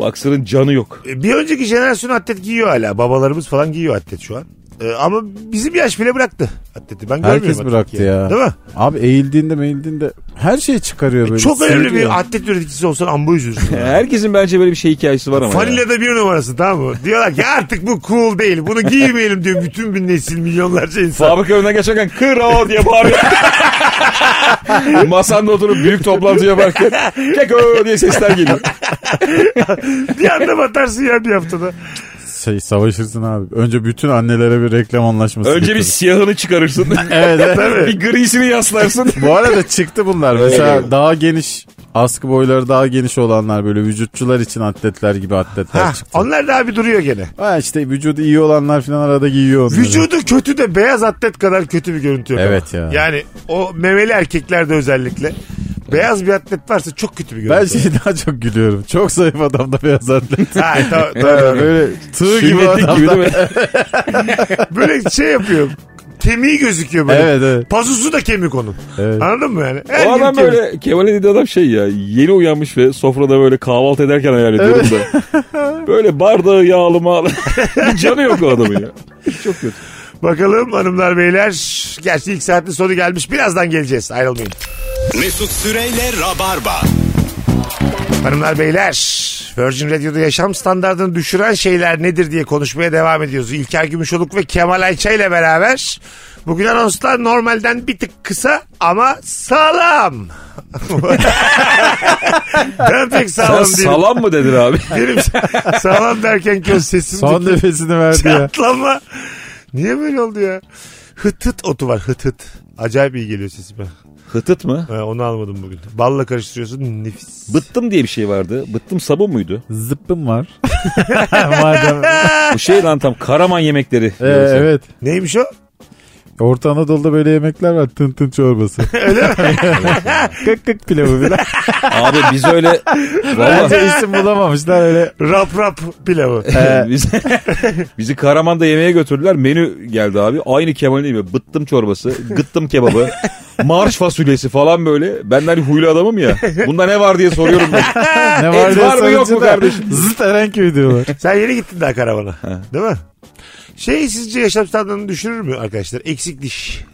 D: Baksırın canı yok.
C: E, bir önceki jenerasyon atlet giyiyor hala. Babalarımız falan giyiyor atlet şu an. Ee, ama bizim yaş bile bıraktı atleti. Ben
E: Herkes
C: görmüyorum atlet
E: bıraktı
C: giyen.
E: ya.
C: Değil mi? E,
E: Abi eğildiğinde meğildiğinde her şeyi çıkarıyor böyle.
C: Çok önemli
E: Sürüyor.
C: bir atlet üreticisi olsan amba üzülürsün.
D: Yani herkesin bence böyle bir şey hikayesi var ama. ya.
C: Fanila'da bir numarası tamam mı? Diyorlar ki artık bu cool değil. Bunu giymeyelim diyor bütün bir nesil milyonlarca insan.
D: Fabrika önünden geçerken kır o diye bağırıyor. Masanda oturup büyük toplantı yaparken keko diye sesler geliyor.
C: bir anda batarsın ya bir haftada.
E: Şey, savaşırsın abi. Önce bütün annelere bir reklam anlaşması.
D: Önce bir
E: getirin.
D: siyahını çıkarırsın.
E: Evet, evet.
D: bir grisini yaslarsın.
E: Bu arada çıktı bunlar. Mesela daha geniş askı boyları daha geniş olanlar böyle vücutçular için atletler gibi atletler
C: Ha,
E: çıktı.
C: onlar daha bir duruyor gene.
E: Ha işte vücudu iyi olanlar falan arada giyiyor onları.
C: Vücudu kötü de beyaz atlet kadar kötü bir görüntü yok.
E: Evet
C: ama.
E: ya.
C: Yani o memeli erkeklerde özellikle. Beyaz bir atlet varsa çok kötü bir görüntü.
E: Ben şey daha çok gülüyorum. Çok zayıf adamda beyaz atlet.
C: Ha, tamam, tamam.
E: böyle tığ gibi
D: Sünnetlik
E: adamda.
D: gibi değil mi?
C: Böyle şey yapıyor. Kemiği gözüküyor böyle.
E: Evet evet.
C: Pazusu da kemik onun.
E: Evet.
C: Anladın mı yani? Her
D: O
C: gün
D: adam
C: kemik.
D: böyle Kemal dediği adam şey ya yeni uyanmış ve sofrada böyle kahvaltı ederken hayal ediyorum da. Böyle bardağı yağlı mağlı. Bir canı yok o adamın ya. Çok kötü.
C: Bakalım hanımlar beyler. Gerçi ilk saatin sonu gelmiş. Birazdan geleceğiz. Ayrılmayın.
B: Mesut Süreyle Rabarba.
C: Hanımlar beyler Virgin Radio'da yaşam standartını düşüren şeyler nedir diye konuşmaya devam ediyoruz. İlker Gümüşoluk ve Kemal Ayça ile beraber bugün anonslar normalden bir tık kısa ama sağlam. ben pek
D: Sen
C: sağlam değilim.
D: salam mı dedin abi?
C: Benim sağlam derken ki o
E: Son
C: sesimdeki
E: nefesini verdi ya.
C: çatlama. Niye böyle oldu ya? Hıt hıt otu var hıt hıt. Acayip iyi geliyor sesime.
D: Hıtıt mı?
C: Ha, onu almadım bugün. Balla karıştırıyorsun nefis.
D: Bıttım diye bir şey vardı. Bıttım sabun muydu?
E: Zıppım var. Madem.
D: Bu şey lan tam Karaman yemekleri.
E: Ee, evet.
C: Neymiş o?
E: Orta Anadolu'da böyle yemekler var. Tın tın çorbası. kık kık pilavı bile.
D: Abi biz öyle Vallahi
E: Bence isim bulamamışlar öyle.
C: Rap rap pilavı.
D: biz, bizi Karaman'da yemeğe götürdüler. Menü geldi abi. Aynı Kemal'in gibi bıttım çorbası, gıttım kebabı, marş fasulyesi falan böyle. Ben de hani huylu adamım ya. Bunda ne var diye soruyorum ben.
E: Ne
D: Et
E: var diye
D: var mı yok mu
E: sorunca da
D: kardeşim?
E: Zıt Erenköy diyorlar.
C: Sen yeni gittin daha karavana. Değil mi? Şey sizce yaşam standartını düşürür mü arkadaşlar? Eksik diş.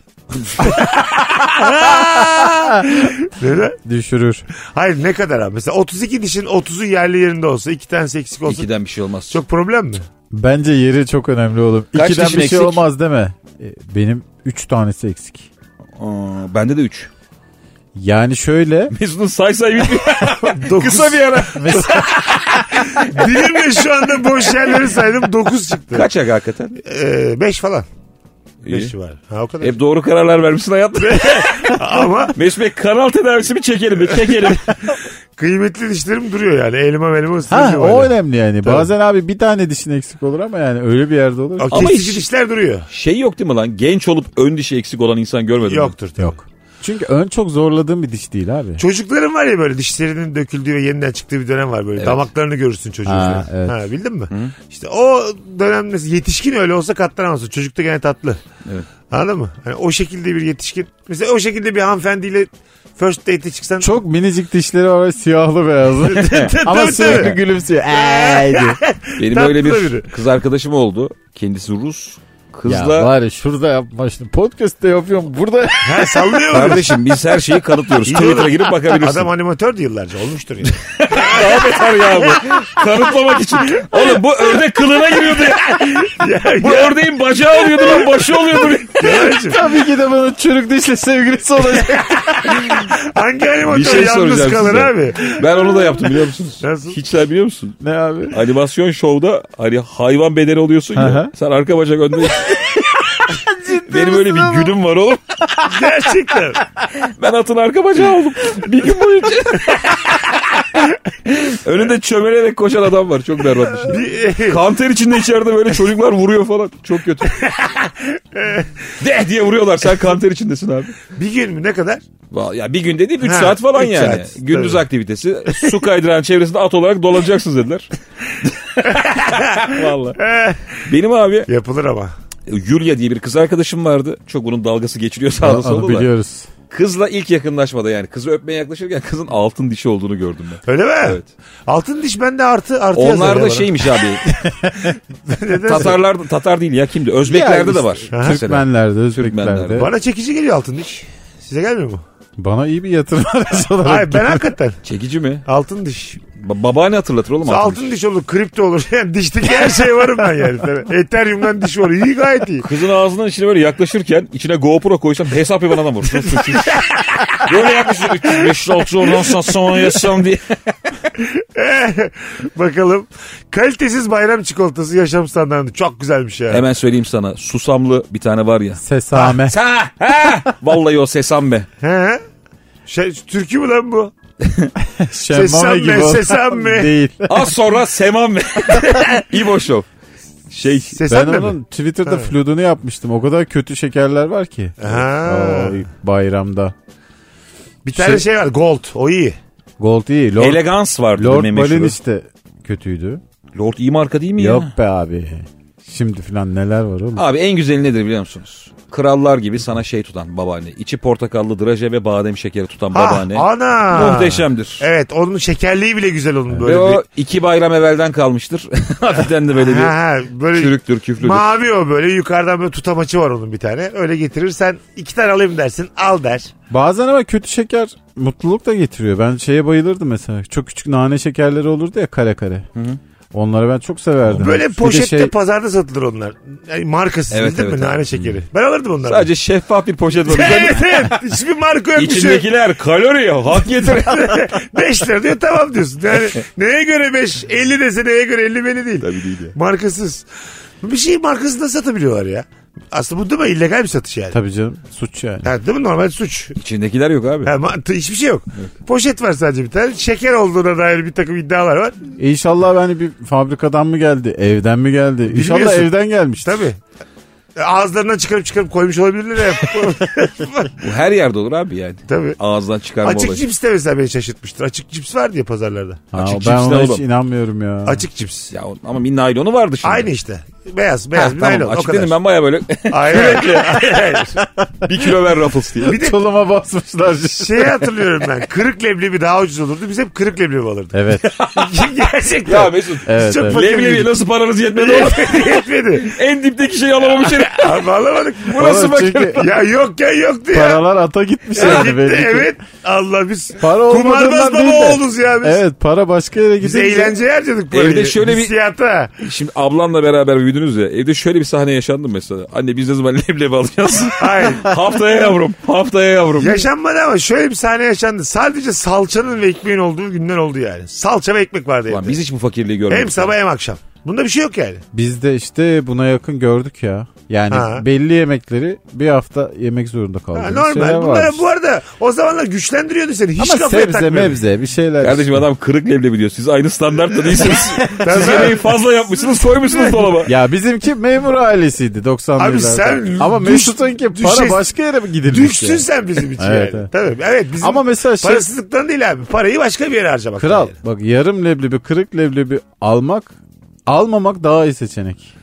C: Neden?
E: Düşürür.
C: Hayır ne kadar abi? Mesela 32 dişin 30'u yerli yerinde olsa, iki tanesi eksik olsa
D: İkiden bir şey olmaz.
C: çok problem mi?
E: Bence yeri çok önemli oğlum.
D: Kaç
E: İkiden bir
D: dişin
E: şey
D: eksik?
E: olmaz deme. E, Benim 3 tanesi eksik.
D: Aa, bende de 3.
E: Yani şöyle.
D: Mesut'un say say bitmiyor.
C: Dokuz.
D: Kısa bir ara.
E: Mesela
C: Dilimle şu anda boş yerleri saydım 9 çıktı.
D: Kaç ya hakikaten?
C: 5 falan.
D: İyi.
C: 5 var. Ha o kadar.
E: E,
D: Hep doğru kararlar vermişsin hayatta.
C: Ama
D: Mesut Bey kanal tedavisi mi çekelim mi? Çekelim.
C: kıymetli dişlerim duruyor yani. Elma elma
E: ha,
C: ısırıyor.
E: o önemli yani. Bazen abi bir tane dişin eksik olur ama yani öyle bir yerde olur. ki.
D: Ama
C: Kesici
D: hiç-
C: dişler duruyor.
D: şey yok değil mi lan? Genç olup ön dişi eksik olan insan görmedim.
C: Yoktur tabii.
E: Yok. Çünkü ön çok zorladığım bir diş değil abi.
C: Çocukların var ya böyle dişlerinin döküldüğü ve yeniden çıktığı bir dönem var böyle. Damaklarını görürsün çocuğun.
E: Ha,
C: falan.
E: evet.
C: ha bildin mi? İşte o dönemde yetişkin öyle olsa katlanamazsın. Çocuk da gene tatlı.
D: Evet.
C: Anladın mı? Hani o şekilde bir yetişkin. Mesela o şekilde bir hanımefendiyle first date'e çıksan
E: Çok minicik dişleri var ve siyahlı beyazlı. ama
C: tabii,
E: sürekli
C: tabii.
E: gülümsüyor. Eee diyor.
D: Benim
C: Tatlı
D: öyle bir
C: biri.
D: kız arkadaşım oldu. Kendisi Rus.
E: Ya
D: Kızla
E: bari şurada yapma şimdi. Podcast'te yapıyorum. Burada
C: ha, sallıyor mu?
D: kardeşim biz her şeyi kanıtlıyoruz. Twitter'a girip bakabilirsin.
C: Adam animatördü yıllarca olmuştur yani.
D: daha beter ya bu. Kanıtlamak için. Oğlum bu ördek kılına giriyordu ya.
C: ya,
D: Bu ördeğin bacağı oluyordu lan başı oluyordu.
C: Kemal'cim,
E: tabii ki de bana çürük dişle sevgilisi olacak.
C: hangi
D: Bir
C: animatör
D: şey
C: yalnız
D: soracağım
C: kalır
D: size.
C: abi?
D: Ben onu da yaptım biliyor musunuz?
C: Nasıl?
D: Hiç sen biliyor musun?
E: ne abi?
D: Animasyon şovda hani hayvan bedeni oluyorsun ya.
E: Aha.
D: Sen arka bacak önde. Benim öyle bir günüm var oğlum.
C: Gerçekten.
D: Ben atın arka bacağı oldum. Bir gün boyunca. Önünde çömelerek koşan adam var. Çok berbat bir şey.
C: Bir-
D: Kan ter içinde içeride böyle çocuklar vuruyor falan. Çok kötü. De diye vuruyorlar. Sen kan ter içindesin abi.
C: bir gün mü ne kadar?
D: Va- Ya bir gün dediğim 3
C: Ha,
D: saat falan
C: üç
D: yani.
C: saat,
D: Gündüz
C: tabii.
D: aktivitesi. Su kaydıran çevresinde at olarak dolanacaksınız dediler. Vallahi. Benim abi
C: Yapılır ama.
D: Yulia diye bir kız arkadaşım vardı. Çok bunun dalgası geçiriyor sağda
E: Onu
D: solda. da.
E: biliyoruz.
D: Kızla ilk yakınlaşmada yani kızı öpmeye yaklaşırken kızın altın dişi olduğunu gördüm ben.
C: Öyle mi?
D: Evet.
C: Altın diş bende artı artı yazar
D: Onlar
C: ya
D: da
C: bana.
D: şeymiş abi.
C: Nedense.
D: Tatarlar Tatar değil ya kimdi? Özbeklerde de var. Mesela.
E: Türkmenlerde, Özbeklerde.
D: Türkmenlerde.
C: Bana çekici geliyor altın diş. Size gelmiyor mu?
E: Bana iyi bir yatırım aracı olarak.
C: Hayır ben hakikaten.
D: Çekici mi?
C: Altın diş.
D: Ba- babaanne hatırlatır oğlum altın,
C: altın diş. olur, kripto olur. Yani dişteki her şey varım ben yani. Ethereum'dan diş var. İyi gayet iyi.
D: Kızın ağzından içine böyle yaklaşırken içine GoPro koysam hesap yapan adam vurur. böyle yaklaşıyor. 300, 500, 600 oradan satsan yasam diye.
C: Bakalım. Kalitesiz bayram çikolatası yaşam standartı. Çok şey. güzelmiş ya.
D: Hemen söyleyeyim sana. Susamlı bir tane var ya.
E: Sesame.
D: Ha, ha. Vallahi o sesam be.
C: He? Şey, türkü mü lan bu?
E: Şemmame gibi.
C: Sesame,
E: olan-
C: sesame.
E: Değil.
D: Az sonra semam be. İbo Show. Şey
E: Ben
C: Sesem de mi?
E: onun Twitter'da fludunu yapmıştım. O kadar kötü şekerler var ki.
C: Ha.
E: Ay, bayramda.
C: Bir tane şey, var. Gold. O iyi.
E: Gold iyi. Lord,
D: Elegans vardı.
E: Lord
D: benim meşhuru.
E: Balin işte kötüydü.
D: Lord iyi marka değil mi
E: Yok
D: ya?
E: be abi. Şimdi filan neler var oğlum.
D: Abi en güzeli nedir biliyor musunuz? Krallar gibi sana şey tutan babaanne. İçi portakallı draje ve badem şekeri tutan
C: Ha,
D: babaanne.
C: ana.
D: Muhteşemdir.
C: Evet onun şekerliği bile güzel onun böyle
D: Ve
C: bir.
D: o iki bayram evvelden kalmıştır. Hafiften de böyle
C: Ha,
D: bir
C: ha, böyle
D: çürüktür, küflüdür.
C: Mavi o böyle yukarıdan böyle tutamaçı var onun bir tane. Öyle getirirsen iki tane alayım dersin al der.
E: Bazen ama kötü şeker mutluluk da getiriyor. Ben şeye bayılırdım mesela. Çok küçük nane şekerleri olurdu ya kare kare. Onları ben çok severdim.
C: Böyle
E: Bir de
C: poşette
E: şey-
C: pazarda satılır onlar. Yani markasız
D: Evet,
C: bildin
D: evet,
C: mi
D: evet.
C: nane şekeri. Ben alırdım onları.
D: Sadece şeffaf bir poşet var.
C: Evet evet. Hiçbir marka yok. İçindeki...
D: İçindekiler kalori ya. Hak getire.
C: 5 lira diyor tamam diyorsun. Yani neye göre 5? 50 dese neye göre 50 beni değil.
D: Tabii değil ya.
C: Markasız. Bir şeyi markasız nasıl satabiliyorlar ya? Aslında bu değil mi? İllegal bir satış yani.
E: Tabii canım suç yani.
C: Ha, değil mi? Normal suç.
D: İçindekiler yok abi.
C: Ha, mantı- hiçbir şey yok. Poşet var sadece bir tane. Şeker olduğuna dair bir takım iddialar var.
E: E İnşallah hani bir fabrikadan mı geldi, evden mi geldi? İnşallah
C: Bilmiyorsun.
E: evden gelmiş.
C: Tabii. Ağızlarından çıkarıp çıkarıp koymuş olabilirler ya.
D: Bu her yerde olur abi yani.
C: Tabii.
D: Ağızdan çıkarma
C: Açık
D: olayı.
C: cips de mesela beni şaşırtmıştır. Açık cips vardı ya pazarlarda.
E: Ha,
D: Açık
E: ben
D: cips
E: ona
D: ne
E: hiç
D: oğlum?
E: inanmıyorum ya.
C: Açık cips.
D: Ya o- ama bir naylonu vardı şimdi.
C: Aynı işte. Beyaz
D: Ha,
C: beyaz bir
D: tamam.
C: naylon. o
D: Açık
C: kadar.
D: dedim ben baya böyle
C: Aynen. Hayır.
D: bir kilo ver Ruffles diye.
C: bir de Şey,
E: Koluma basmışlar.
C: şeyi hatırlıyorum ben. Kırık leblebi daha ucuz olurdu. Biz hep kırık leblebi alırdık.
E: evet.
C: Gerçekten.
D: ya Mesut.
E: Evet,
C: Çok
E: evet.
C: fakir
D: Leblebi
C: miydik?
D: nasıl paranız yetmedi oğlum?
C: Yetmedi.
D: en dipteki şey şeyi alamamış herif.
C: Abi alamadık.
D: Burası
E: Oğlum çünkü-
D: bakın.
C: ya yok ya yoktu ya.
E: Paralar ata gitmiş yani
C: Gitti,
E: belli ki.
C: evet. Allah biz
E: Para
C: kumarbaz
E: olmadığından değil
C: baba
E: de.
C: oğluz ya biz.
E: Evet para başka yere
C: Biz
E: gidince.
C: eğlenceye harcadık parayı.
D: Evde şöyle bir-
C: Siyata.
D: Şimdi ablamla beraber büyüdünüz ya. Evde şöyle bir sahne yaşandı mesela. Anne biz ne zaman leblebi alacağız?
C: Hayır.
D: haftaya yavrum. Haftaya yavrum.
C: Yaşanmadı ama şöyle bir sahne yaşandı. Sadece salçanın ve ekmeğin olduğu günden oldu yani. Salça ve ekmek vardı
D: Ulan
C: evde.
D: biz hiç bu fakirliği görmedik.
C: Hem sabah hem akşam. Bunda bir şey yok yani.
E: Biz de işte buna yakın gördük ya. Yani
C: Ha.
E: belli yemekleri bir hafta yemek zorunda
C: Ha,
E: kaldığımız şeyler
C: normal.
E: var.
C: Bunlar bu arada o zamanlar güçlendiriyordu seni. Hiç
E: şey Ama
C: kafaya
E: sebze
C: takmıyordun.
E: mebze bir şeyler.
D: Kardeşim adam kırık leblebi diyor. Siz aynı standartta değilsiniz. Siz
C: Tabii.
D: yemeği fazla yapmışsınız koymuşsunuz dolaba.
E: Ya bizimki memur ailesiydi 90'lı
C: Abi sen
E: yıllarda. Ama
C: düş-
E: Mesut'unki para
C: düşes-
E: başka yere mi gidilmiş
C: Düşsün
E: ya?
C: sen bizim için
E: Evet,
C: yani.
E: evet.
C: Tabii. Evet bizim
E: Ama mesela şey-
C: parasızlıktan değil abi. Parayı başka bir yere harcamak.
E: Kral
C: yani.
E: bak yarım leblebi kırık leblebi almak almamak daha iyi seçenek.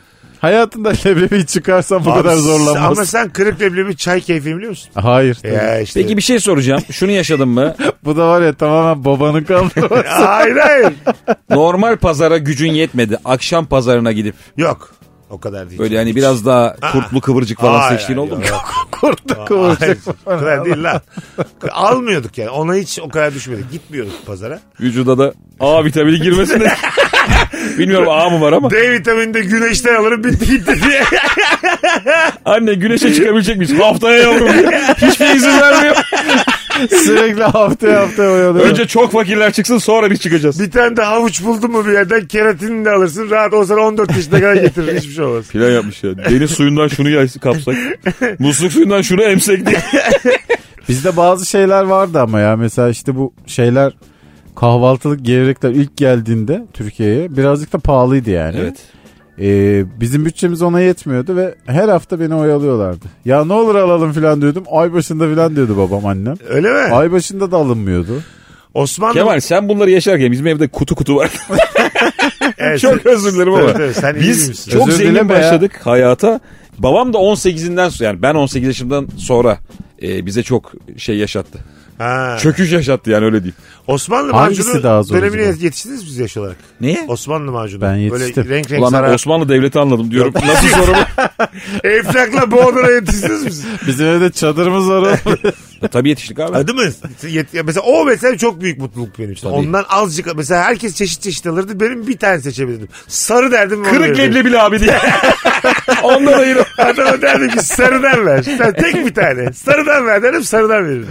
E: Hayatında leblebi çıkarsan bu
C: Abi,
E: kadar zorlanmaz.
C: Ama sen kırık leblebi çay keyfi biliyor musun?
E: Hayır. tabii.
C: Ya işte.
D: Peki bir şey soracağım. Şunu yaşadın mı?
E: Bu da var ya tamamen babanın kaldı.
C: hayır hayır.
D: Normal pazara gücün yetmedi. Akşam pazarına gidip
C: Yok. O kadar değil.
D: böyle hani biraz daha kurtlu kıvırcık falan seçtiğin oldu mu?
E: Kurtlu
C: Hayır,
E: kıvırcık.
C: o kadar değil lan. Almıyorduk yani. Ona hiç o kadar düşmedik. Gitmiyorduk pazara.
D: Vücuda da A vitamini girmesin de. Bilmiyorum A mı var ama.
C: D vitamini de güneşten alırım bitti gitti diye.
D: Anne güneşe çıkabilecek miyiz? Haftaya yavrum. Hiçbir izin vermiyor.
E: Sürekli haftaya haftaya oyalıyor.
D: Önce çok fakirler çıksın sonra biz çıkacağız.
C: Bir tane de havuç buldun mu bir yerden keratinini de alırsın. Rahat o sana 14 yaşına kadar getirir. Hiçbir şey olmaz.
D: Plan yapmış ya. Deniz suyundan şunu yay- kapsak. Musluk suyundan şunu emsek diye.
E: Bizde bazı şeyler vardı ama ya mesela işte bu şeyler kahvaltılık gevrekler ilk geldiğinde Türkiye'ye birazcık da pahalıydı yani. Ee, bizim bütçemiz ona yetmiyordu ve her hafta beni oyalıyorlardı. Ya ne olur alalım filan diyordum. Ay başında filan diyordu babam annem.
C: Öyle mi?
E: Ay başında da alınmıyordu.
C: Osmanlı.
D: Kemal sen bunları yaşarken bizim evde kutu kutu var.
C: Evet,
D: çok özür dilerim
C: Tabii,
D: ama.
C: tabii, sen iyi
D: Biz
C: bilmişsin.
D: çok
E: Özür
D: zengin
E: dileme ya.
D: başladık hayata. Babam da 18'inden sonra yani ben 18 yaşımdan sonra e, bize çok şey yaşattı.
C: Ha.
D: Çöküş yaşattı yani öyle diyeyim.
C: Osmanlı
E: Hangisi
C: macunu
E: daha zor
C: dönemine
E: acaba?
C: yetiştiniz biz yaş olarak.
D: Neye?
C: Osmanlı macunu.
E: Ben yetiştim.
C: Böyle renk renk
D: Ulan ben
C: sarar.
D: Osmanlı Devleti anladım diyorum. Nasıl soru bu?
C: Enflakla boğdura yetiştiniz biz.
E: Bizim evde çadırımız var. oğlum.
D: Ya Tabii yetiştik abi.
C: Adı mı? Yet- ya mesela o mesela çok büyük mutluluk benim için.
D: Tabii.
C: Ondan azıcık mesela herkes çeşit çeşit alırdı. Benim bir tane seçebilirdim. Sarı derdim. onu
D: Kırık
C: verirdim.
D: leblebi abi diye. Onda da yürü.
C: Adama derdim ki sarıdan ver. Sen tek bir tane. Sarıdan ver derim sarıdan verirdi.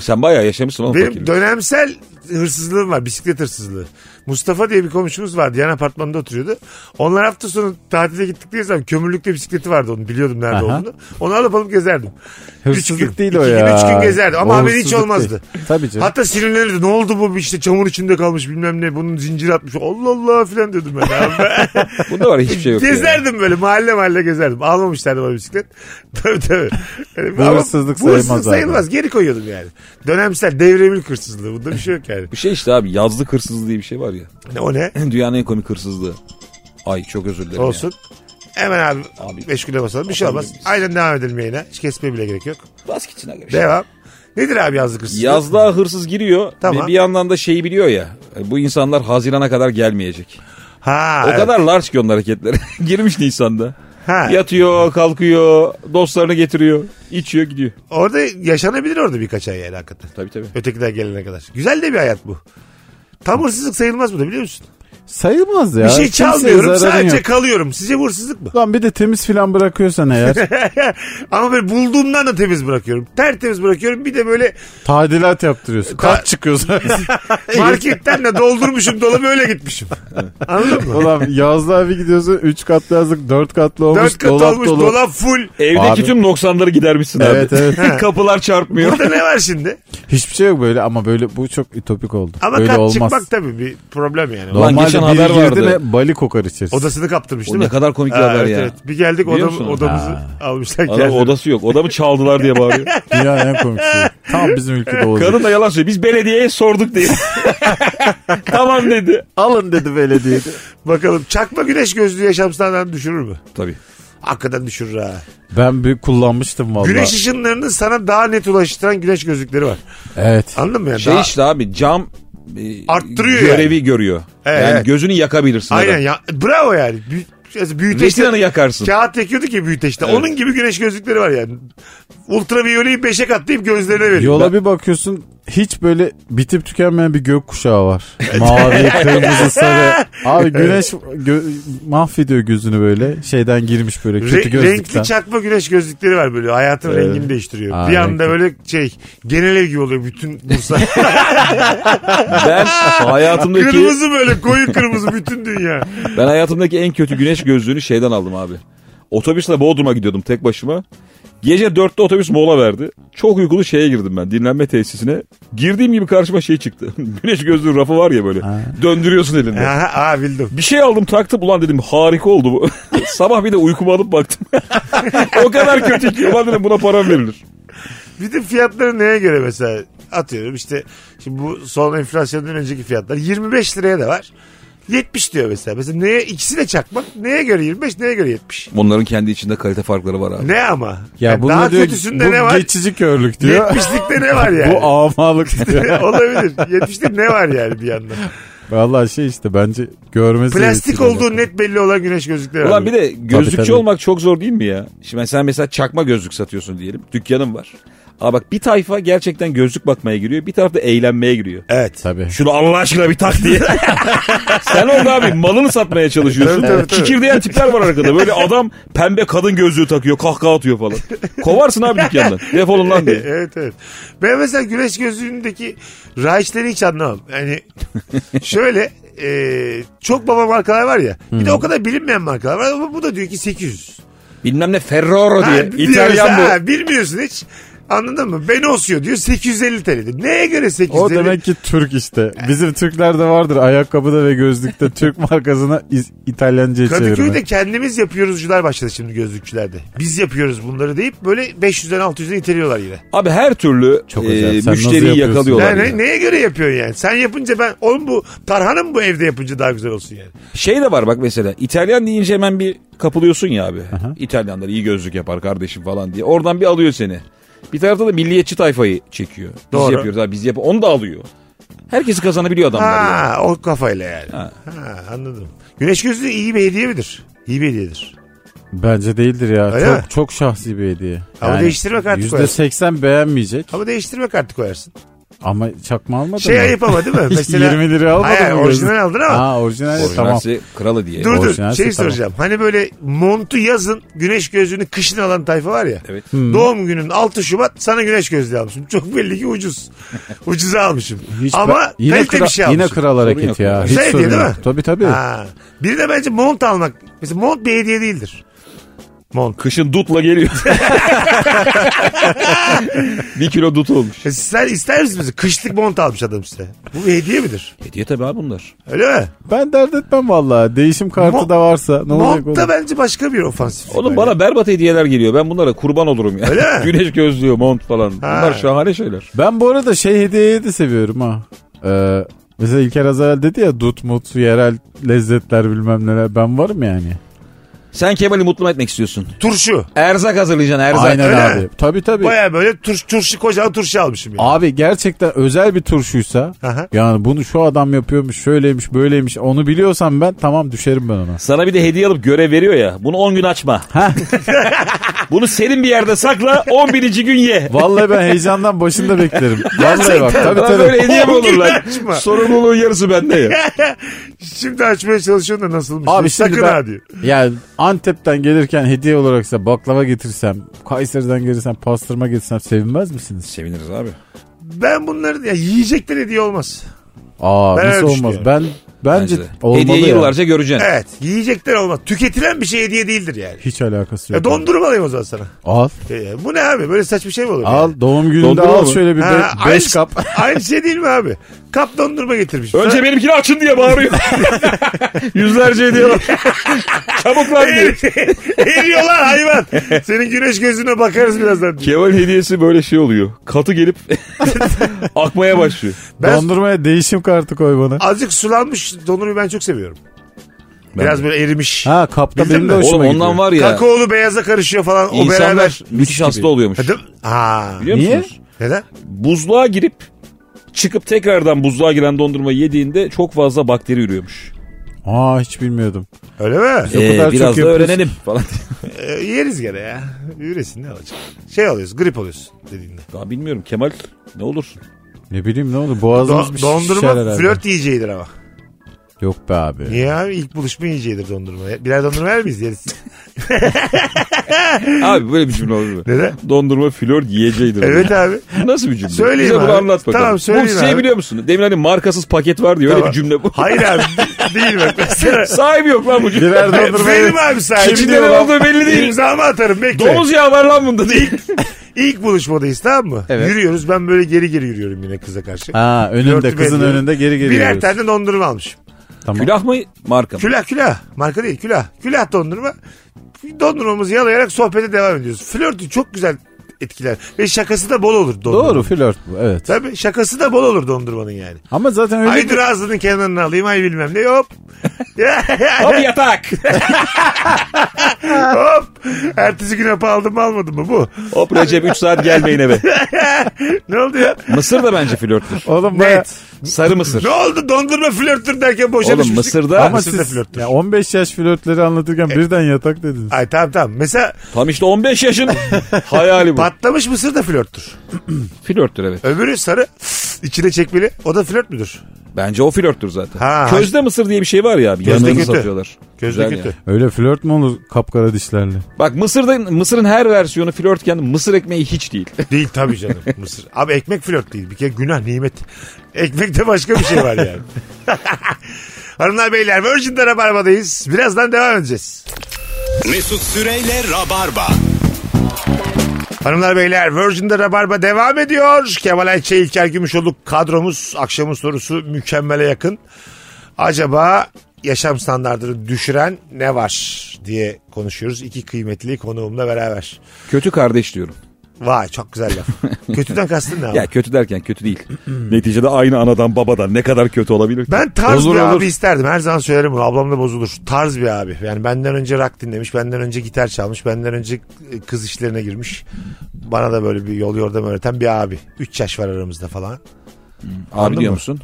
D: Sen bayağı yaşamışsın oğlum
C: Benim
D: fakirlik.
C: dönemsel hırsızlığım var. Bisiklet hırsızlığı. Mustafa diye bir komşumuz vardı. Yan apartmanda oturuyordu. Onlar hafta sonu tatile gittikleri zaman kömürlükte bisikleti vardı onun. Biliyordum nerede
E: Aha.
C: olduğunu. Onu alıp alıp gezerdim. Üç gün,
E: Hırsızlık değil o
C: iki gün,
E: ya.
C: üç gün gezerdi ama
E: O
C: haberi hiç
E: hırsızlık
C: olmazdı.
E: değil. Tabii canım.
C: Hatta sinirlenirdi. Ne oldu bu işte çamur içinde kalmış bilmem ne. Bunun zincir atmış. Allah Allah filan diyordum ben. abi.
D: Bunda var hiçbir şey yok. yani.
C: gezerdim böyle mahalle mahalle gezerdim. Almamışlardı bana bisiklet. tabii tabii. Yani
E: Bu
C: ama
E: hırsızlık
C: bu hırsızlık
E: sayılmaz abi.
C: sayılmaz. Geri koyuyordum yani. Dönemsel devremilk hırsızlığı. Bunda bir şey yok yani.
D: Bu şey işte abi yazlık hırsızlığı diye bir şey var ya.
C: Ne, o ne?
D: Dünyanın en komik hırsızlığı. Ay çok özür dilerim ya.
C: Olsun. Hemen abi,
D: Abi.
C: meşgule basalım. Bir şey olmaz. Aynen devam edelim yayına. Hiç kesmeye bile gerek yok.
D: Bas gitsin aga bir şey.
C: Devam. Nedir abi yazlık hırsızlığı?
D: Yazlığa hırsız giriyor
C: Tamam.
D: ve bir yandan da şeyi biliyor ya. E, Bu insanlar Haziran'a kadar gelmeyecek.
C: Ha,
D: o
C: evet.
D: kadar large ki onun hareketleri. Girmiş Nisan'da.
C: Ha.
D: Yatıyor, kalkıyor, dostlarını getiriyor, içiyor, gidiyor.
C: Orada yaşanabilir orada birkaç ay yani hakikaten.
D: Tabii tabii.
C: Ötekiler gelene kadar. Güzel de bir hayat bu. Tam hırsızlık sayılmaz bu da biliyor musun?
E: Sayılmaz ya.
C: bir şey
E: Kimseye
C: çalmıyorum
E: zararın
C: sadece
E: yok.
C: kalıyorum. Sizce bu hırsızlık mı?
E: Lan bir de temiz filan bırakıyorsan eğer
C: Ama böyle bulduğumdan da temiz bırakıyorum. Tertemiz bırakıyorum. Bir de böyle
E: tadilat
C: Ta-
E: yaptırıyorsun. Kaç çıkıyorsun?
C: marketten de doldurmuşum dolabı öyle gitmişim. Anladın mı?
E: Ulan yazlığa bir gidiyorsun 3 katlı yazlık 4 katlı olmuş
C: Dört kat
E: dolap
C: olmuş
E: dolu.
C: dolap full.
D: Evdeki
E: Abi.
D: tüm noksanları gidermişsin
E: Evet
D: abi.
E: evet.
D: Kapılar çarpmıyor.
C: Burada ne var şimdi?
E: Hiçbir şey yok böyle ama böyle bu çok ütopik oldu.
C: Ama
E: böyle
C: kat
E: olmaz.
C: çıkmak tabii bir problem yani.
E: Normalde
D: Ulan geçen çıkan
E: biri
D: haber
E: girdi
D: vardı.
E: mi bali kokar içerisi.
C: Odasını kaptırmış
D: O
C: değil
D: ne
C: mi?
D: kadar komik bir
C: Ha,
D: haber
C: evet,
D: ya.
C: evet. Bir geldik
D: Biliyor
C: odam,
D: musun?
C: odamızı almışlar.
D: Adam
C: geldi.
D: odası yok. Odamı çaldılar diye bağırıyor.
E: Dünyanın en komik şeyi. Tam bizim ülkede olacak.
D: Kadın da yalan söylüyor. Biz belediyeye sorduk diye. tamam dedi.
E: Alın dedi belediye.
C: Bakalım çakma güneş gözlüğü yaşam standartını düşürür mü?
D: Tabii.
C: Hakikaten düşürür ha.
E: Ben bir kullanmıştım valla.
C: Güneş ışınlarının sana daha net ulaştıran güneş gözlükleri var.
E: Evet.
C: Anladın mı? Yani?
D: Şey
C: Daha-
D: işte abi cam e,
C: Arttırıyor
D: görevi görüyor.
C: Evet,
D: yani
C: evet.
D: gözünü yakabilirsin.
C: Aynen
D: adam.
C: ya. Bravo yani. Büyü- yani büyüteçte-
D: Retinanı yakarsın.
C: Kağıt yakıyorduk ya büyüteçte.
D: Evet.
C: Onun gibi güneş gözlükleri var yani. Ultraviyoleyi beşe katlayıp gözlerine veriyor.
E: Yola bir bakıyorsun hiç böyle bitip tükenmeyen bir gök kuşağı var. Mavi, kırmızı, sarı. Abi güneş gö- mahvediyor gözünü böyle. Şeyden girmiş böyle
C: Re-
E: kötü gözlükten.
C: renkli çakma güneş gözlükleri var böyle. Hayatın rengini değiştiriyor.
E: Aa,
C: bir anda
E: renkli.
C: böyle şey genel ev gibi oluyor bütün Bursa.
D: Ben hayatımdaki
C: kırmızı böyle koyu kırmızı bütün dünya.
D: ben hayatımdaki en kötü güneş gözlüğünü şeyden aldım abi. Otobüsle Bodrum'a gidiyordum tek başıma. Gece dörtte otobüs mola verdi. Çok uykulu şeye girdim ben dinlenme tesisine. Girdiğim gibi karşıma şey çıktı. güneş gözlüğü rafı var ya böyle. Döndürüyorsun elinde.
C: Aha, aa bildim.
D: Bir şey aldım taktım ulan dedim harika oldu bu. Sabah bir de uykumu alıp baktım. o kadar kötü ki ulan dedim buna param verilir.
C: Bir de fiyatları neye göre mesela atıyorum işte şimdi bu son enflasyondan önceki fiyatlar 25 liraya da var. 70 diyor mesela. Mesela neye ikisi de çakmak. Neye göre 25, neye göre 70?
D: Onların kendi içinde kalite farkları var abi.
C: Ne ama?
E: Ya
C: Yani
E: bunu
C: daha
E: diyor
C: kötüsünde
E: bu
C: ne var?
E: geçici körlük diyor.
C: 70'likte ne var yani?
E: bu amalık diyor.
C: Olabilir. 70'likte ne var yani bir yandan?
E: Valla şey işte bence görmesi.
C: Plastik
E: vesile.
C: olduğu net belli olan güneş gözlükleri var.
D: Ulan bir de gözlükçü
E: tabii.
D: olmak çok zor değil mi ya? Şimdi sen mesela çakma gözlük satıyorsun diyelim. Dükkanın var. Aa bak bir tayfa gerçekten gözlük bakmaya giriyor. Bir tarafta eğlenmeye giriyor.
C: Evet.
E: Tabii.
D: Şunu Allah aşkına bir tak diye. sen orada abi malını satmaya çalışıyorsun.
C: Tabii, tabii, tabii.
D: Kikirdeyen tipler var arkada. Böyle adam pembe kadın gözlüğü takıyor. Kahkaha atıyor falan. Kovarsın abi dükkandan. Defolun lan diye.
C: evet evet. Ben mesela güneş gözlüğündeki rayişleri hiç anlamam. Yani şöyle e, çok baba markalar var ya. Bir de o kadar bilinmeyen markalar var ama bu da diyor ki 800.
D: Bilmem ne Ferraro
C: Ha,
D: diye.
C: biliyoruz,
D: İtalyan bu.
C: ha, bilmiyorsun hiç. Anladın mı? Beni osuyor diyor 850 TL'dir. Neye göre 850?
E: O demek ki Türk işte. Bizim Türklerde vardır ayakkabıda ve gözlükte Türk markasına İz- İtalyanca'ya
C: Kadıköy'de
E: çevirme.
C: kendimiz yapıyoruzcular başladı şimdi gözlükçülerde. Biz yapıyoruz bunları deyip böyle 500'den 600'den iteliyorlar yine.
D: Abi her türlü
E: Çok
D: e,
E: acayip. Sen nasıl
D: müşteriyi
E: yapıyorsun?
D: yakalıyorlar.
C: Yani
D: ya.
C: ne- neye göre yapıyorsun yani? Sen yapınca ben oğlum bu tarhana mı bu evde yapınca daha güzel olsun yani?
D: Şey de var bak mesela İtalyan deyince hemen bir kapılıyorsun ya abi. İtalyanlar iyi gözlük yapar kardeşim falan diye. Oradan bir alıyor seni. Bir tarafta da milliyetçi tayfayı çekiyor. Biz
C: Doğru.
D: yapıyoruz abi biz yap Onu da alıyor. Herkesi kazanabiliyor adamlar ya.
C: Ha, o kafayla yani. Ha.
D: Ha.
C: anladım. Güneş gözlüğü iyi bir hediye midir? İyi bir hediyedir.
E: Bence değildir ya.
C: Öyle
E: çok
C: mi?
E: çok şahsi bir hediye.
C: Ama değiştirmek artık
E: %80 beğenmeyecek
C: Ama değiştirmek artık koyarsın.
E: ama çakma almadın
C: Şey
E: mı?
C: ayıp ama değil mi? Mesela
E: 20 lira almadın
C: Hayır,
E: mı?
C: orijinal aldın ama.
E: Ha orijinal, tamam.
D: Orijinalsi kralı diye.
C: Dur dur
E: Orijinalse
C: şey
E: tamam.
C: soracağım. Hani böyle montu yazın güneş gözlüğünü kışın alan tayfa var ya.
D: Evet.
E: Hmm.
C: Doğum günün 6 Şubat sana güneş gözlüğü almışım. Çok belli ki ucuz. Ucuza almışım.
E: Hiç
C: Ama
E: be- yine
C: kalite
E: kral-
C: bir şey
E: Yine
C: almışım.
E: kral hareket
D: yok.
E: ya. Hiç
C: Güzel hediye
E: sorun
C: değil
E: yok.
C: mi?
E: Tabii tabii.
C: Ha. Bir de bence mont almak. Mesela mont bir hediye değildir. Mont.
D: Kışın dutla geliyor. bir kilo dut olmuş.
C: E sen ister misiniz? mesela? Kışlık mont almış adam size. Bu bir hediye midir?
D: Hediye tabii abi bunlar.
C: Öyle mi?
E: Ben dert etmem vallahi. Değişim kartı
C: Mo-
E: da varsa ne
C: Mont
E: olacak oğlum?
C: da bence başka bir ofansif.
D: Oğlum bana berbat hediyeler geliyor. Ben bunlara kurban olurum ya.
C: Öyle mi?
D: Güneş gözlüğü, mont falan. Bunlar
C: Ha.
D: şahane şeyler.
E: Ben bu arada şey hediyeyi de seviyorum ha. Ee, mesela İlker Azal dedi ya dut mut yerel lezzetler bilmem neler. Ben varım yani.
D: Sen Kemal'i mutlu etmek istiyorsun.
C: Turşu.
D: Erzak hazırlayacaksın erzak.
E: Aynen
C: öyle
E: abi.
C: mi?
E: Tabii tabii.
C: Baya böyle turş, turşu kocaman turşu almışım. Yani.
E: Abi gerçekten özel bir turşuysa
C: Aha.
E: yani bunu şu adam yapıyormuş şöyleymiş böyleymiş onu biliyorsam ben tamam düşerim ben ona.
D: Sana bir de hediye alıp görev veriyor ya. Bunu 10 gün açma.
E: Heh.
D: Bunu serin bir yerde sakla 11. gün ye.
E: Vallahi ben heyecandan başında beklerim. Vallahi bak tabii
D: Lan
E: tabii.
D: böyle hediye mi olur lan?
C: Açma.
D: Sorumluluğun yarısı bende ya.
C: Şimdi açmaya çalışıyorsun da nasılmış?
E: Abi şimdi
C: Sakın
E: ben-
C: ha diyor.
E: Yani Antep'ten gelirken hediye olaraksa baklava getirsem, Kayseri'den gelirsem pastırma getirsem sevinmez misiniz?
D: Şey, Seviniriz abi.
C: Ben bunların ya yiyecekler hediye olmaz.
E: Aa
C: Ben öyle
E: nasıl olmaz?
C: düşünüyorum.
E: Ben Bence,
D: Bence de.
E: olmalı
D: Hediyeyi
E: ya.
D: yıllarca göreceksin.
C: Evet yiyecekler olmaz. Tüketilen bir şey hediye değildir yani.
E: Hiç alakası
C: Ya
E: yok.
C: dondurmalıyım o zaman sana.
E: Al.
C: E, bu ne abi böyle saçma şey mi olur? yani?
E: Al doğum gününde
D: Dondurma
E: al
D: mı?
E: şöyle bir 5
C: Ha, aynı-
E: kap.
C: Aynı şey değil mi abi? Kap dondurma getirmiş.
D: Önce benimkini açın diye bağırıyor. Yüzlerce hediyeler. Çabuk lan diye.
C: Eriyor lan hayvan. Senin güneş gözüne bakarız birazdan.
D: Kemal hediyesi böyle şey oluyor. Katı gelip akmaya başlıyor.
C: Ben-
E: Dondurmaya değişim kartı koy bana.
C: Azıcık sulanmış dondurmayı ben çok seviyorum. Biraz böyle erimiş.
E: Ha kapta
C: Bildin
E: benim de
C: mi?
E: hoşuma
D: Oğlum
E: gidiyor.
D: ondan var ya.
C: Kakaolu beyaza karışıyor falan o
D: insanlar
C: beraber.
D: müthiş hasta oluyormuş.
C: Ha, değil mi? Aa.
D: Biliyor
E: Niye?
D: musunuz?
C: Neden?
D: Buzluğa girip çıkıp tekrardan buzluğa giren dondurma yediğinde çok fazla bakteri ürüyormuş.
E: Aa hiç bilmiyordum.
C: Öyle mi?
E: o kadar
D: Ee, biraz
E: çok
D: da
E: yapıyorsun.
D: öğrenelim falan.
C: Ee, yeriz gene ya. Yürüsün ne olacak? Şey oluyoruz grip oluyorsun dediğinde.
D: Daha bilmiyorum Kemal ne olur.
E: Ne bileyim ne oldu boğazımız
C: Do-
E: bir şişer
C: dondurma
E: herhalde.
C: flört yiyeceğidir ama.
E: Yok be abi.
C: Niye abi? İlk buluşma yiyeceğidir dondurma. Birer dondurma yer miyiz yeriz?
D: Abi böyle bir cümle olur mu?
C: Neden?
D: Dondurma flör yiyeceğidir.
C: Evet abi.
D: Bu Nasıl bir cümle?
C: Söyleyeyim
D: Bize bunu
C: abi.
D: anlat bakalım.
C: Tamam, söyleyeyim
D: Bu şey
C: abi.
D: biliyor musun? Demin hani markasız paket var diye öyle
C: Tamam.
D: bir cümle bu.
C: Hayır abi de- değil bak. Mesela.
D: Sahibi yok lan bu cümle.
E: Birer dondurma
C: Benim abi sahibi.
D: Kim diyor lan? olduğu belli değil.
C: İmzamı atarım bekle.
E: şey.
D: Domuz yağı var lan bunda değil.
C: İlk buluşmadayız tamam mı?
E: Evet.
C: Yürüyoruz ben böyle geri geri yürüyorum yine kıza karşı.
E: Ha önünde
C: Flörtü
E: kızın
C: belli.
E: önünde geri geri
C: Birer
E: yürüyoruz.
C: tane dondurma almış.
E: Tamam.
D: Külah mı marka mı?
C: Külah külah. Marka değil külah. Külah dondurma. Dondurmamızı yalayarak sohbete devam ediyoruz. Flörtü çok güzel etkiler. Ve şakası da bol olur dondurma.
E: Doğru flört bu evet.
C: Tabii şakası da bol olur dondurmanın yani.
E: Ama zaten öyle
C: Ay dur ağzının kenarını alayım ay bilmem ne hop.
D: Abi yatak.
C: hop. Ertesi gün hapı aldım mı almadım mı bu?
D: Hop Recep 3 saat gelmeyin eve.
C: Ne oldu ya?
D: Mısır da bence flörttür.
E: Oğlum baya...
C: Net.
D: Sarı mısır.
C: Ne oldu dondurma flörttür derken boşanışmıştık.
D: Oğlum Mısır'da
E: Ama
C: Mısır da
E: siz
C: flörttür. E-
E: ya 15 yaş flörtleri anlatırken birden yatak dediniz.
C: Ay tamam tamam. Mesela
D: tam işte 15 yaşın hayali bu.
C: patlamış mısır da flörttür.
D: flörttür evet.
C: Öbürü sarı içine çekmeli. O da flört müdür?
D: Bence o flörttür zaten.
C: Ha.
D: Közde mısır diye bir şey var ya abi.
C: Közde
D: Yanını
C: kötü.
D: satıyorlar.
C: Gözde
D: Güzel
C: kötü.
D: ya.
E: Öyle flört mü olur kapkara dişlerle?
D: Bak Mısır'da Mısır'ın her versiyonu flörtken mısır ekmeği hiç değil.
C: Değil tabii canım mısır. Abi ekmek flört değil. Bir kere günah nimet. Ekmekte başka bir şey var yani. Hanımlar beyler Virgin'de Rabarba'dayız. Birazdan devam edeceğiz.
B: Mesut Süreyle Rabarba.
C: Hanımlar beyler Virgin'de Rabarba devam ediyor. Kemal Ayça, İlker Gümüşoluk kadromuz. Akşamın sorusu mükemmele yakın. Acaba yaşam standartını düşüren ne var diye konuşuyoruz. İki kıymetli konuğumla beraber.
D: kötü kardeş diyorum.
C: Vay çok güzel laf. Kötüden kastın ne abi?
D: Ya kötü derken kötü değil. Neticede aynı anadan babadan ne kadar kötü olabilir ki?
C: Ben tarz
E: Olur,
C: bir
E: olur.
C: abi isterdim. Her zaman söylerim bunu. Ablam da bozulur. Tarz bir abi. Yani benden önce rock dinlemiş, benden önce gitar çalmış, benden önce e, kız işlerine girmiş. Bana da böyle bir yol yordam öğreten bir abi. 3 yaş var aramızda falan.
D: Abi diyor
C: mı?
D: musun?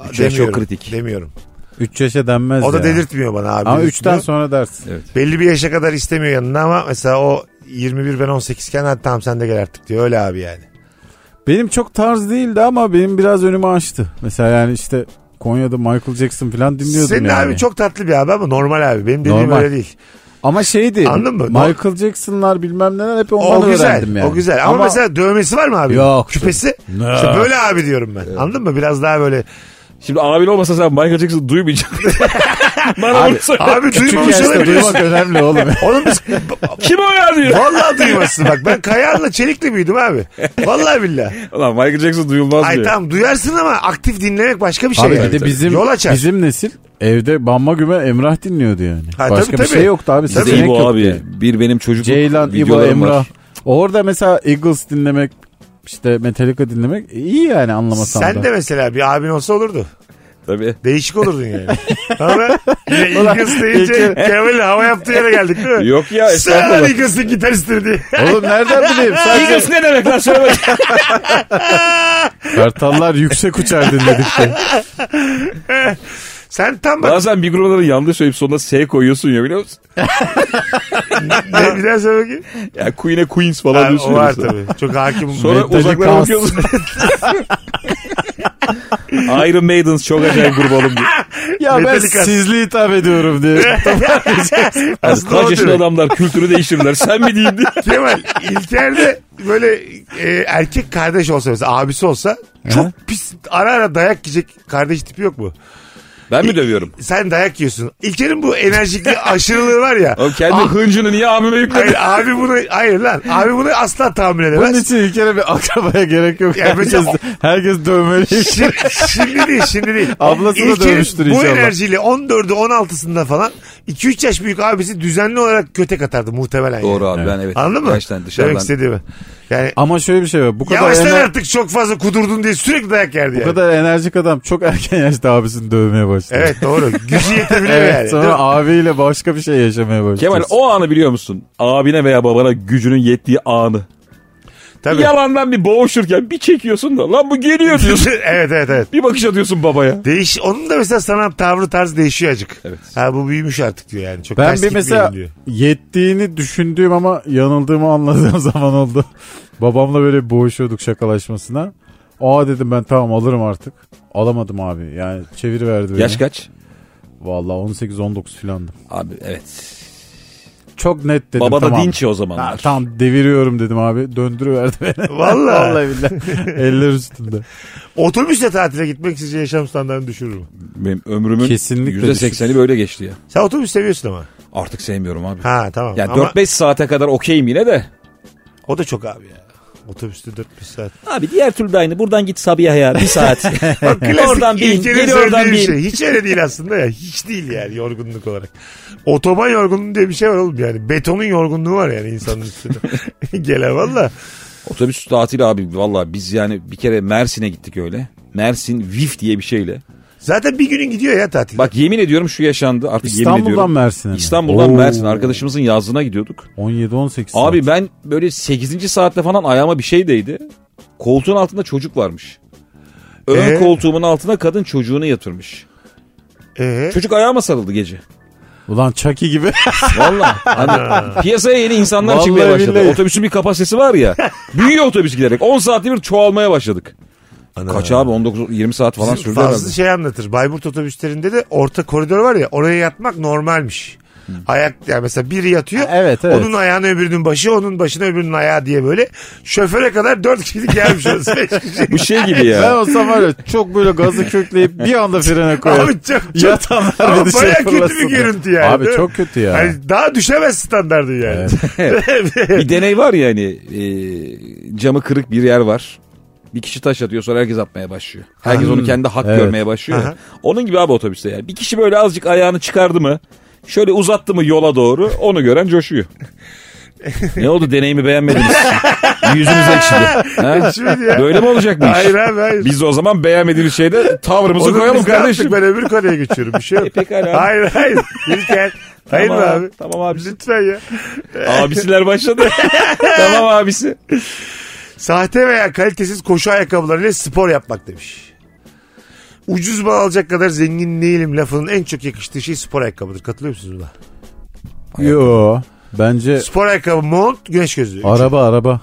C: Aa,
D: Üç yaş çok
C: demiyorum,
D: kritik.
C: Demiyorum.
E: 3 yaşa denmez
C: O da
E: ya.
C: delirtmiyor bana abi.
E: Ama
C: Delirtmiyor.
E: 3'ten sonra dersin.
C: Belli bir yaşa kadar istemiyor yanına ama mesela o 21 ben 18 iken "Ha, tamam sen de gel artık diyor. Öyle abi yani.
E: Benim çok tarz değildi ama benim biraz önümü açtı. Mesela yani işte Konya'da Michael Jackson falan dinliyordum
C: Senin
E: yani.
C: abi çok tatlı bir abi ama normal abi. Benim dediğim
E: Normal.
C: öyle değil.
E: Ama şeydi.
C: Anladın mı?
E: Michael Jackson'lar bilmem neler hep ondan
C: O güzel.
E: öğrendim yani.
C: O güzel. Ama, mesela dövmesi var mı abi?
E: Yok.
C: Küpesi.
E: Ne?
C: İşte böyle abi diyorum ben. Anladın mı? Biraz daha böyle.
D: Şimdi abin olmasa sen Michael Jackson duymayacaksın. Bana bunu söyle.
C: Abi
E: Çünkü
C: duymamış
E: yaşta
C: olabilir.
E: duymak önemli oğlum.
C: Oğlum biz
D: Kim o ya diyor.
C: vallahi duymasın bak. Ben Kayar'la Çelik'le büyüdüm abi. Vallahi billahi.
D: Ulan Michael Jackson duyulmaz
C: Ay
D: diyor.
C: tamam duyarsın ama aktif dinlemek başka bir şey.
E: Abi
C: yani.
E: bir de bizim
C: Yol açar.
E: bizim nesil evde Bamma Güme Emrah dinliyordu yani.
C: Ha,
E: Başka
C: tabii,
E: bir
C: tabii.
E: şey yoktu abi.
D: Bizde
E: Seçenek
D: İbo
E: yoktu
D: abi.
E: yani.
D: Bir benim çocukluk
E: Ceylan, İbo,
D: videolarım
E: Emrah.
D: var.
E: Orada mesela Eagles dinlemek işte Metallica dinlemek iyi yani anlamasam
C: Sen
E: da.
C: de mesela bir abin olsa olurdu.
D: Tabii.
C: Değişik olurdun yani. Ama İlkes deyince Kemal'in hava yaptığı yere geldik değil mi?
D: Yok ya,
C: Sen lan
D: estağfurullah.
C: İlkes'in gitaristini diye.
E: Oğlum nereden bileyim? Sadece
D: ne demek lan söyle.
E: kartallar yüksek uçar dinledik de.
C: Sen tam bak.
D: Bazen bir grupları yanlış söyleyip sonuna S koyuyorsun ya biliyor musun?
C: Ne, bir daha söyle bakayım.
D: Ya Queen'e Queens falan
C: Abi,
D: diyorsun.
C: o var
D: mesela.
C: tabii. Çok hakimim.
D: Sonra
E: Metallica
D: uzaklara
E: House.
D: bakıyorsun. Iron Maidens çok acayip grup oğlum diyor.
E: Ya ben
C: Metallica.
E: sizli hitap ediyorum diye.
C: Aslında o
D: Hani Kaç yaşında
C: demek.
D: adamlar kültürü değiştirirler. Sen mi diyeyim diye.
C: Kemal İlker de böyle e, erkek kardeş olsa mesela abisi olsa çok pis ara ara dayak yiyecek kardeş tipi yok mu?
D: Ben mi dövüyorum?
C: Sen dayak yiyorsun. İlker'in bu enerjikli aşırılığı var ya.
D: Oğlum kendi hıncını niye abime yükledin?
C: Hayır abi bunu hayır lan. Abi bunu asla tahammül
E: Bunun
C: edemez.
E: için bir kere bir akrabaya gerek yok.
C: Ya
E: herkes,
C: mesela-
E: herkes dövmeli.
C: Şimdi, şimdi değil şimdi değil.
E: Ablası da
C: İlker'in
E: dövmüştür
C: Bu
E: inşallah.
C: enerjiyle 14'ü 16'sında falan 2-3 yaş büyük abisi düzenli olarak kötek atardı muhtemelen.
D: Doğru
C: yani.
D: abi ben evet.
C: Anladın mı?
D: Gerçekten
C: Demek
D: dışarıdan.
C: istediğimi. Yani
E: Ama şöyle bir şey var. Bu kadar,
C: yavaşlar
E: ener-
C: artık çok fazla kudurdun diye sürekli dayak yerdi
E: bu
C: yani.
E: kadar enerjik adam çok erken yaşta abisini dövmeye başladı.
C: Evet doğru. Gücü yetebiliyor
E: Evet,
C: yani.
E: sonra abiyle başka bir şey yaşamaya başladı.
D: Kemal o anı biliyor musun? Abine veya babana gücünün yettiği anı.
C: Tabii.
D: Yalandan bir boğuşurken bir çekiyorsun da lan bu geliyor diyorsun.
C: evet evet evet.
D: bir bakış atıyorsun babaya.
C: Değiş, onun da mesela sana tavrı tarzı değişiyor acık.
D: Evet.
C: Ha bu büyümüş artık diyor yani. Çok
E: Ben
C: ters
E: bir
C: gitmeyelim
E: mesela
C: diyor.
E: yettiğini düşündüğüm ama yanıldığımı anladığım zaman oldu. Babamla böyle bir boğuşuyorduk şakalaşmasına. Aa dedim ben tamam alırım artık. Alamadım abi. Yani çeviri verdi beni.
D: Yaş kaç?
E: Vallahi 18 19 filandım.
D: Abi evet.
E: Çok net dedim
D: Baba da
E: tamam.
D: dinç o
E: Ha,
D: zamanlar.
E: tamam deviriyorum dedim abi. Döndürüverdi beni.
C: Vallahi.
E: Vallahi billahi. Eller üstünde.
C: Otobüsle tatile gitmek sizce yaşam standartını düşürür mü?
D: Benim ömrümün
E: Kesinlikle
D: %80'i böyle geçti ya.
C: Sen otobüs seviyorsun ama.
D: Artık sevmiyorum abi.
C: Ha tamam.
D: Ya
C: ama
D: 4-5 saate kadar okeyim yine de.
C: o da çok abi ya. Otobüste 4-5 saat.
D: Abi diğer türlü de aynı. Buradan git Sabiha ya bir saat.
C: Bak klasik
D: Oradan bin,
C: İlker'in
D: geri
C: söylediği
D: oradan
C: bir
D: bin.
C: Şey. Hiç öyle değil aslında ya. Hiç değil yani yorgunluk olarak. Otoban yorgunluğu diye bir şey var oğlum yani. Betonun yorgunluğu var yani insanın üstünde. Gele valla.
D: Otobüs tatili abi valla biz yani bir kere Mersin'e gittik öyle. Mersin VIF diye bir şeyle.
C: Zaten bir günün gidiyor ya tatil.
D: Bak yemin ediyorum şu yaşandı artık yemin
E: İstanbul'dan
D: ediyorum.
E: Mersin'e mi?
D: İstanbul'dan
E: Oo.
D: Mersin arkadaşımızın yazlığına gidiyorduk.
E: 17 18
D: Abi ben böyle 8. saatte falan ayağıma bir şey değdi. Koltuğun altında çocuk varmış. Ön
C: Ee?
D: koltuğumun altına kadın çocuğunu yatırmış.
C: Ee,
D: Çocuk ayağıma sarıldı gece.
E: Ulan Chucky gibi.
D: Valla. Hani piyasaya yeni insanlar
E: Vallahi
D: çıkmaya başladı.
E: billahi.
D: Otobüsün bir kapasitesi var ya. Büyüyor otobüs giderek. 10 saatte bir çoğalmaya başladık. Kaç abi 19-20 saat falan
C: Bizim
D: sürdü herhalde.
C: Fazlı şey anlatır. Bayburt otobüslerinde de orta koridor var ya oraya yatmak normalmiş. Ayak yani mesela biri yatıyor.
E: Ha, evet, evet.
C: Onun ayağına öbürünün başı, onun başına öbürünün ayağı diye böyle şoföre kadar dört kişilik gelmiş orası. Beş kişi.
D: Bu şey gibi
E: Ben
D: ya.
E: olsam var ya çok böyle gazı kökleyip bir anda frene koyarım.
C: Abi çok, çok
E: Yatanlar
C: Ama
E: beni şey
C: bayağı kötü
E: fırlasın.
C: bir görüntü yani.
E: Abi
C: değil mi?
E: çok kötü ya.
C: Hani daha düşemez standardı yani.
D: bir deney var ya hani e, camı kırık bir yer var. Bir kişi taş atıyor sonra herkes atmaya başlıyor. Herkes onu kendi hak
E: Evet.
D: görmeye başlıyor. ya.
C: Aha.
D: Onun gibi abi otobüste yani. Bir kişi böyle azıcık ayağını çıkardı mı şöyle uzattı mı yola doğru onu gören coşuyor. ne oldu deneyimi beğenmediniz? Yüzümüz ekşidi. Ha?
C: Şimdi ya.
D: Böyle mi olacak bu iş?
C: Hayır abi hayır.
D: Biz de o zaman beğenmediğimiz şeyde tavrımızı
C: Onu
D: koyalım
C: biz ne yaptık?
D: kardeşim.
C: Ben öbür konuya geçiyorum. Bir şey yok.
D: E, pekala abi.
C: Hayır hayır. İlker. Hayır
D: Tamam,
C: mı abi?
D: Tamam abisi.
C: Lütfen ya.
D: Abisiler başladı. tamam abisi.
C: Sahte veya kalitesiz koşu ayakkabılarıyla spor yapmak demiş. Ucuz mal alacak kadar zengin değilim lafının en çok yakıştığı şey spor ayakkabıdır. Katılıyor musunuz buna?
E: Yo. Bence
C: Spor ayakkabı, mont, güneş gözlüğü.
E: araba araba.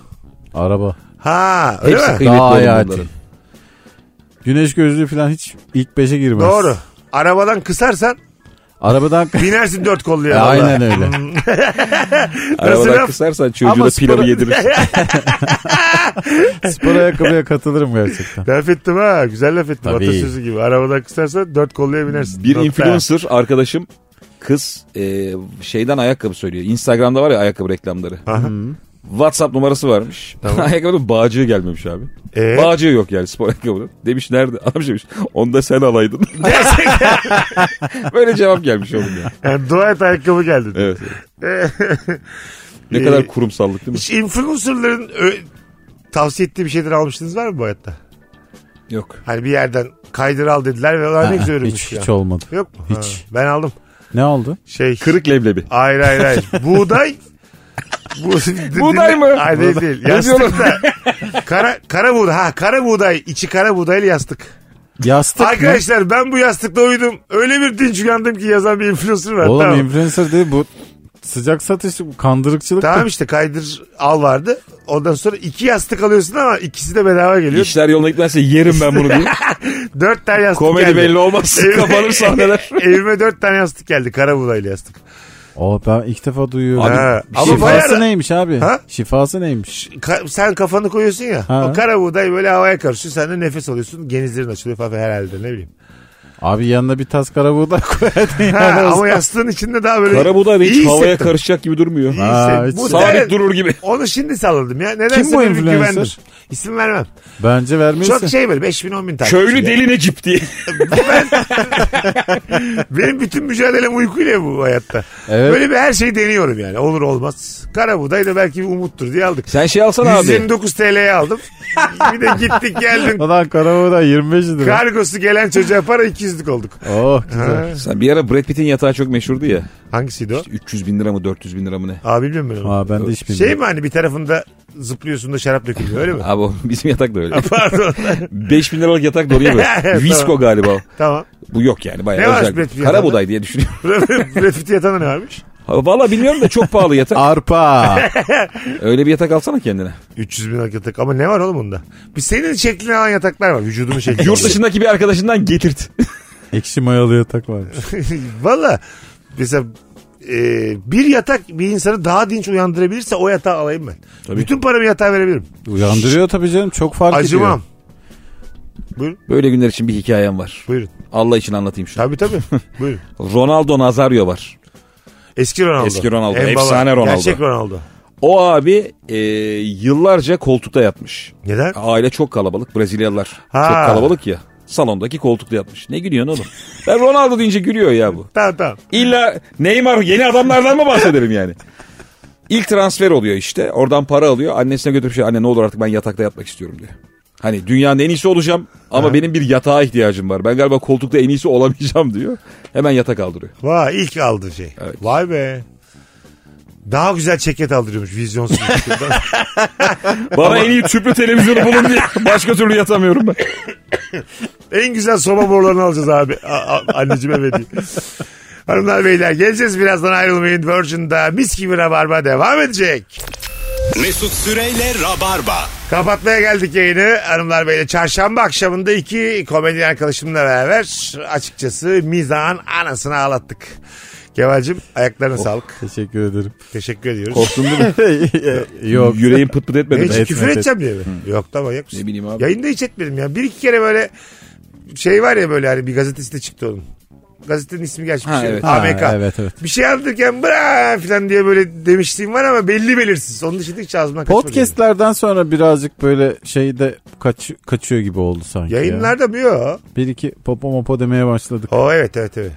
E: Araba.
C: Ha öyle
D: Hepsi
C: mi?
D: Kıymetli
E: Daha
D: oğlum
E: hayati.
D: bunların.
E: Güneş gözlüğü falan hiç ilk beşe girmez.
C: Doğru. Arabadan kısarsan
E: Arabadan
C: binersin dört kolluya.
D: E,
E: Ya,
C: Vallahi. Hmm.
E: aynen öyle.
D: Arabadan
C: laf?
D: kısarsan çocuğu
E: Ama
D: da
E: spora-
D: pilavı yedirirsin.
E: Spor ayakkabıya katılırım gerçekten.
C: Laf ettim ha. Güzel laf ettim.
E: Tabii.
C: Atasözü gibi. Arabadan kısarsan dört kolluya binersin.
D: Bir
C: Nokta.
D: influencer arkadaşım kız e, şeyden ayakkabı söylüyor. Instagram'da var ya ayakkabı reklamları.
C: Aha.
D: WhatsApp numarası varmış. Ayakkabının bağcığı gelmemiş abi.
C: Ee?
D: Bağcığı yok yani spor ayakkabının. Demiş nerede? Adam şey demiş onu da sen alaydın. Böyle cevap gelmiş oğlum ya.
C: Yani dua et ayakkabı geldi.
D: Evet. ne
C: E?
D: kadar kurumsallık değil mi?
C: Hiç influencerların ö- tavsiye ettiği bir şeyler almıştınız var mı bu hayatta?
D: Yok.
C: Hani bir yerden kaydır al dediler ve onlar ne güzel örülmüş
E: hiç,
C: ya.
E: hiç olmadı.
C: Yok mu?
E: Hiç.
C: Ha, ben aldım.
E: Ne oldu?
C: Şey.
D: Kırık leblebi.
C: Hayır hayır hayır. Buğday. Bu-
D: Buğday mı?
C: Hayır değil değil.
D: Ne diyorsun?
C: Yastıkta. kara, kara buğday. Ha kara buğday. içi kara buğdaylı yastık.
E: Yastık mı?
C: Arkadaşlar ben bu yastıkla uyudum. Öyle bir dinç uyandım ki yazan bir influencer var.
E: Oğlum
C: tamam.
E: influencer değil bu. Sıcak satış bu kandırıkçılık. da.
C: Tamam işte kaydır al vardı. Ondan sonra iki yastık alıyorsun ama ikisi de bedava geliyor.
D: İşler yoluna gitmezse yerim ben bunu diye.
C: Dört tane yastık
D: Komedi
C: geldi.
D: belli olmaz. Kapanır sahneler.
C: Evime dört tane yastık geldi. Kara buğdaylı yastık.
E: Aa, ben ilk defa duyuyorum.
D: Abi,
C: Ha,
D: bir
C: ama
D: şey-
E: Şifası
C: bayağı-
E: neymiş abi?
C: Ha?
E: Şifası neymiş?
C: Ka- sen kafanı koyuyorsun ya.
E: Ha.
C: O kara buğday böyle havaya karışıyor. Sen de nefes alıyorsun. Genizlerin açılıyor falan herhalde ne bileyim.
E: Abi yanına bir tas karabuğday koyardın
C: Ha,
E: yani.
C: ama yastığın içinde daha böyle
D: Karabuğday da hiç
C: iyi
D: havaya
C: hissettim.
D: karışacak gibi durmuyor.
C: İyi
E: Ha,
C: hissettim.
E: hiç-
C: Bu
D: Sabit
C: neden-
D: durur gibi.
C: Onu şimdi salladım ya. Nedense
E: Kim bu
C: böyle bir
E: influencer?
C: güvendim. İsim vermem.
E: Bence vermeyiz.
C: Çok şey böyle 5 bin 10 bin takipçi.
D: Köylü deli Necip diye.
C: Benim bütün mücadelem uykuyla bu hayatta.
E: Evet.
C: Böyle bir her şeyi deniyorum yani. Olur olmaz. Karabuğday da belki bir umuttur diye aldık.
D: Sen şey alsana abi.
C: 129 TL'ye aldım. bir de gittik geldim.
E: Ulan karabuğday 25 lira.
C: Kargosu gelen çocuğa para 200'lük olduk.
E: Oh güzel.
D: Sen bir ara Brad Pitt'in yatağı çok meşhurdu ya.
C: Hangisiydi o?
D: 300 bin lira mı 400 bin lira mı ne?
C: Aa bilmiyorum ben onu.
E: Aa, ben de hiç
C: Şey
E: bilmiyorum.
C: mi hani bir tarafında zıplıyorsun da şarap dökülüyor öyle mi?
D: Abi o- bizim yatak da öyle.
C: Pardon.
D: 5 bin liralık yatak da oraya
C: Tamam.
D: böyle. Visco galiba. o.
C: tamam.
D: Bu yok yani
C: Ne
D: bayağı
C: var Brad
D: özel.
C: Pitt'in
D: Karabuğday diye düşünüyorum.
C: Brad Pitt yatağında ne varmış?
D: Ha, Valla bilmiyorum da çok pahalı yatak.
E: Arpa.
D: Öyle bir yatak alsana kendine.
C: 300 bin liralık yatak ama ne var oğlum bunda? Bir senin şeklini alan yataklar var. Vücudunu şeklini.
D: Yurt dışındaki bir arkadaşından getirt.
E: Ekşi mayalı yatak varmış.
C: Valla mesela e, bir yatak bir insanı daha dinç uyandırabilirse o yatağı alayım ben. Bütün paramı yatağa verebilirim.
E: Uyandırıyor tabii canım. Çok fark
C: Acımam.
E: ediyor.
C: Buyurun,
D: Böyle günler için bir hikayem var.
C: buyurun.
D: Allah için anlatayım şu an.
C: Tabii tabii. buyurun.
D: Ronaldo Nazario var.
C: Eski Ronaldo.
D: Eski Ronaldo,
C: En baba.
D: efsane Ronaldo.
C: Gerçek Ronaldo.
D: O abi e, yıllarca koltukta yatmış.
C: Neden?
D: Aile çok kalabalık. Brezilyalılar
C: Ha.
D: çok kalabalık ya. Salondaki koltukta yatmış. Ne gülüyorsun oğlum? Ben Ronaldo deyince gülüyor ya bu.
C: Tamam tamam.
D: İlla Neymar yeni adamlardan mı bahsedelim yani? İlk transfer oluyor işte. Oradan para alıyor. Annesine götürüp şey anne ne olur artık ben yatakta yatmak istiyorum diyor. Hani dünyanın en iyisi olacağım ama benim bir yatağa ihtiyacım var. Ben galiba koltukta en iyisi olamayacağım diyor. Hemen yatak aldırıyor.
C: Vay ilk aldığı şey.
D: Evet.
C: Vay be. Daha güzel çeket aldırıyormuş vizyonsuz.
D: Bana en iyi tüplü televizyonu bulun diye. Başka türlü yatamıyorum ben.
C: en güzel soba borularını alacağız abi. A- a- anneciğime ve diye. Hanımlar beyler geleceğiz birazdan ayrılmayın. Virgin'da mis gibi rabarba devam edecek.
B: Mesut Süreyle Rabarba.
C: Kapatmaya geldik yayını hanımlar beyler. Çarşamba akşamında iki komedi arkadaşımla beraber açıkçası mizahın anasını ağlattık. Kemal'cim ayaklarına
D: Oh.
C: sağlık.
E: Teşekkür ederim.
C: Teşekkür ediyoruz.
D: Korktun değil mi?
E: Yok.
D: Yüreğim pıt pıt
C: Ne
D: etmedi
C: hiç
D: mi?
E: etmedi.
C: küfür edeceğim diye mi? Yok da manyak mısın?
D: Ne bileyim abi.
C: Yayında hiç etmedim ya. Bir iki kere böyle şey var ya böyle hani bir gazetesi de çıktı onun. Gazetenin ismi gerçi bir
D: Ha,
C: şey.
D: evet.
C: AMK.
E: Ha, evet, evet.
C: Bir şey anlatırken bra falan diye böyle demişliğim var ama belli belirsiz. Onun dışında hiç ağzımdan kaçmadı.
E: Podcast'lerden sonra birazcık böyle şeyde kaç, kaçıyor gibi oldu sanki. ya.
C: Yayınlarda mı yok?
E: Bir iki popo mopo demeye başladık.
C: O evet evet evet.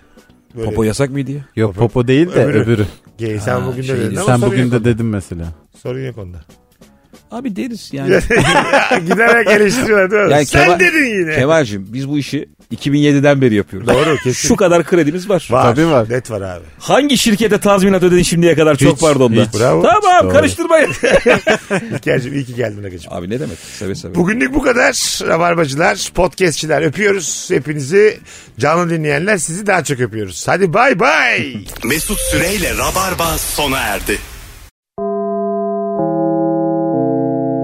C: Böyle
D: Popo yasak mıydı ya?
E: Yok popo değil de
C: Öbürü.
E: öbürü.
C: gay, sen bugün de
D: şey
C: dedin
D: diyor.
C: ama
E: Sen
C: sorun
E: bugün
C: yok
E: de
C: onda.
E: dedin mesela.
C: Sorun yok onda.
D: Abi deriz yani.
C: Giderek eleştiriyorlar değil mi?
D: Yani
C: sen
D: Kemal-
C: dedin yine.
D: Kemal'cim biz bu işi 2007'den beri yapıyoruz.
C: Doğru, kesin.
D: Şu kadar kredimiz var.
C: Var.
E: Tabii var.
C: Net var abi.
D: Hangi şirkete tazminat ödedin şimdiye kadar? Çok
E: Hiç,
D: pardon da.
E: hiç.
C: Bravo.
D: Tamam
E: Doğru.
D: karıştırmayın.
C: İlker'cim iyi ki geldin Agacım.
D: Abi ne demek? Seve seve.
C: Bugünlük bu kadar. Rabarbacılar, podcastçiler öpüyoruz hepinizi. Canlı dinleyenler sizi daha çok öpüyoruz. Hadi bay bay.
B: Mesut Süreyle Rabarba sona erdi.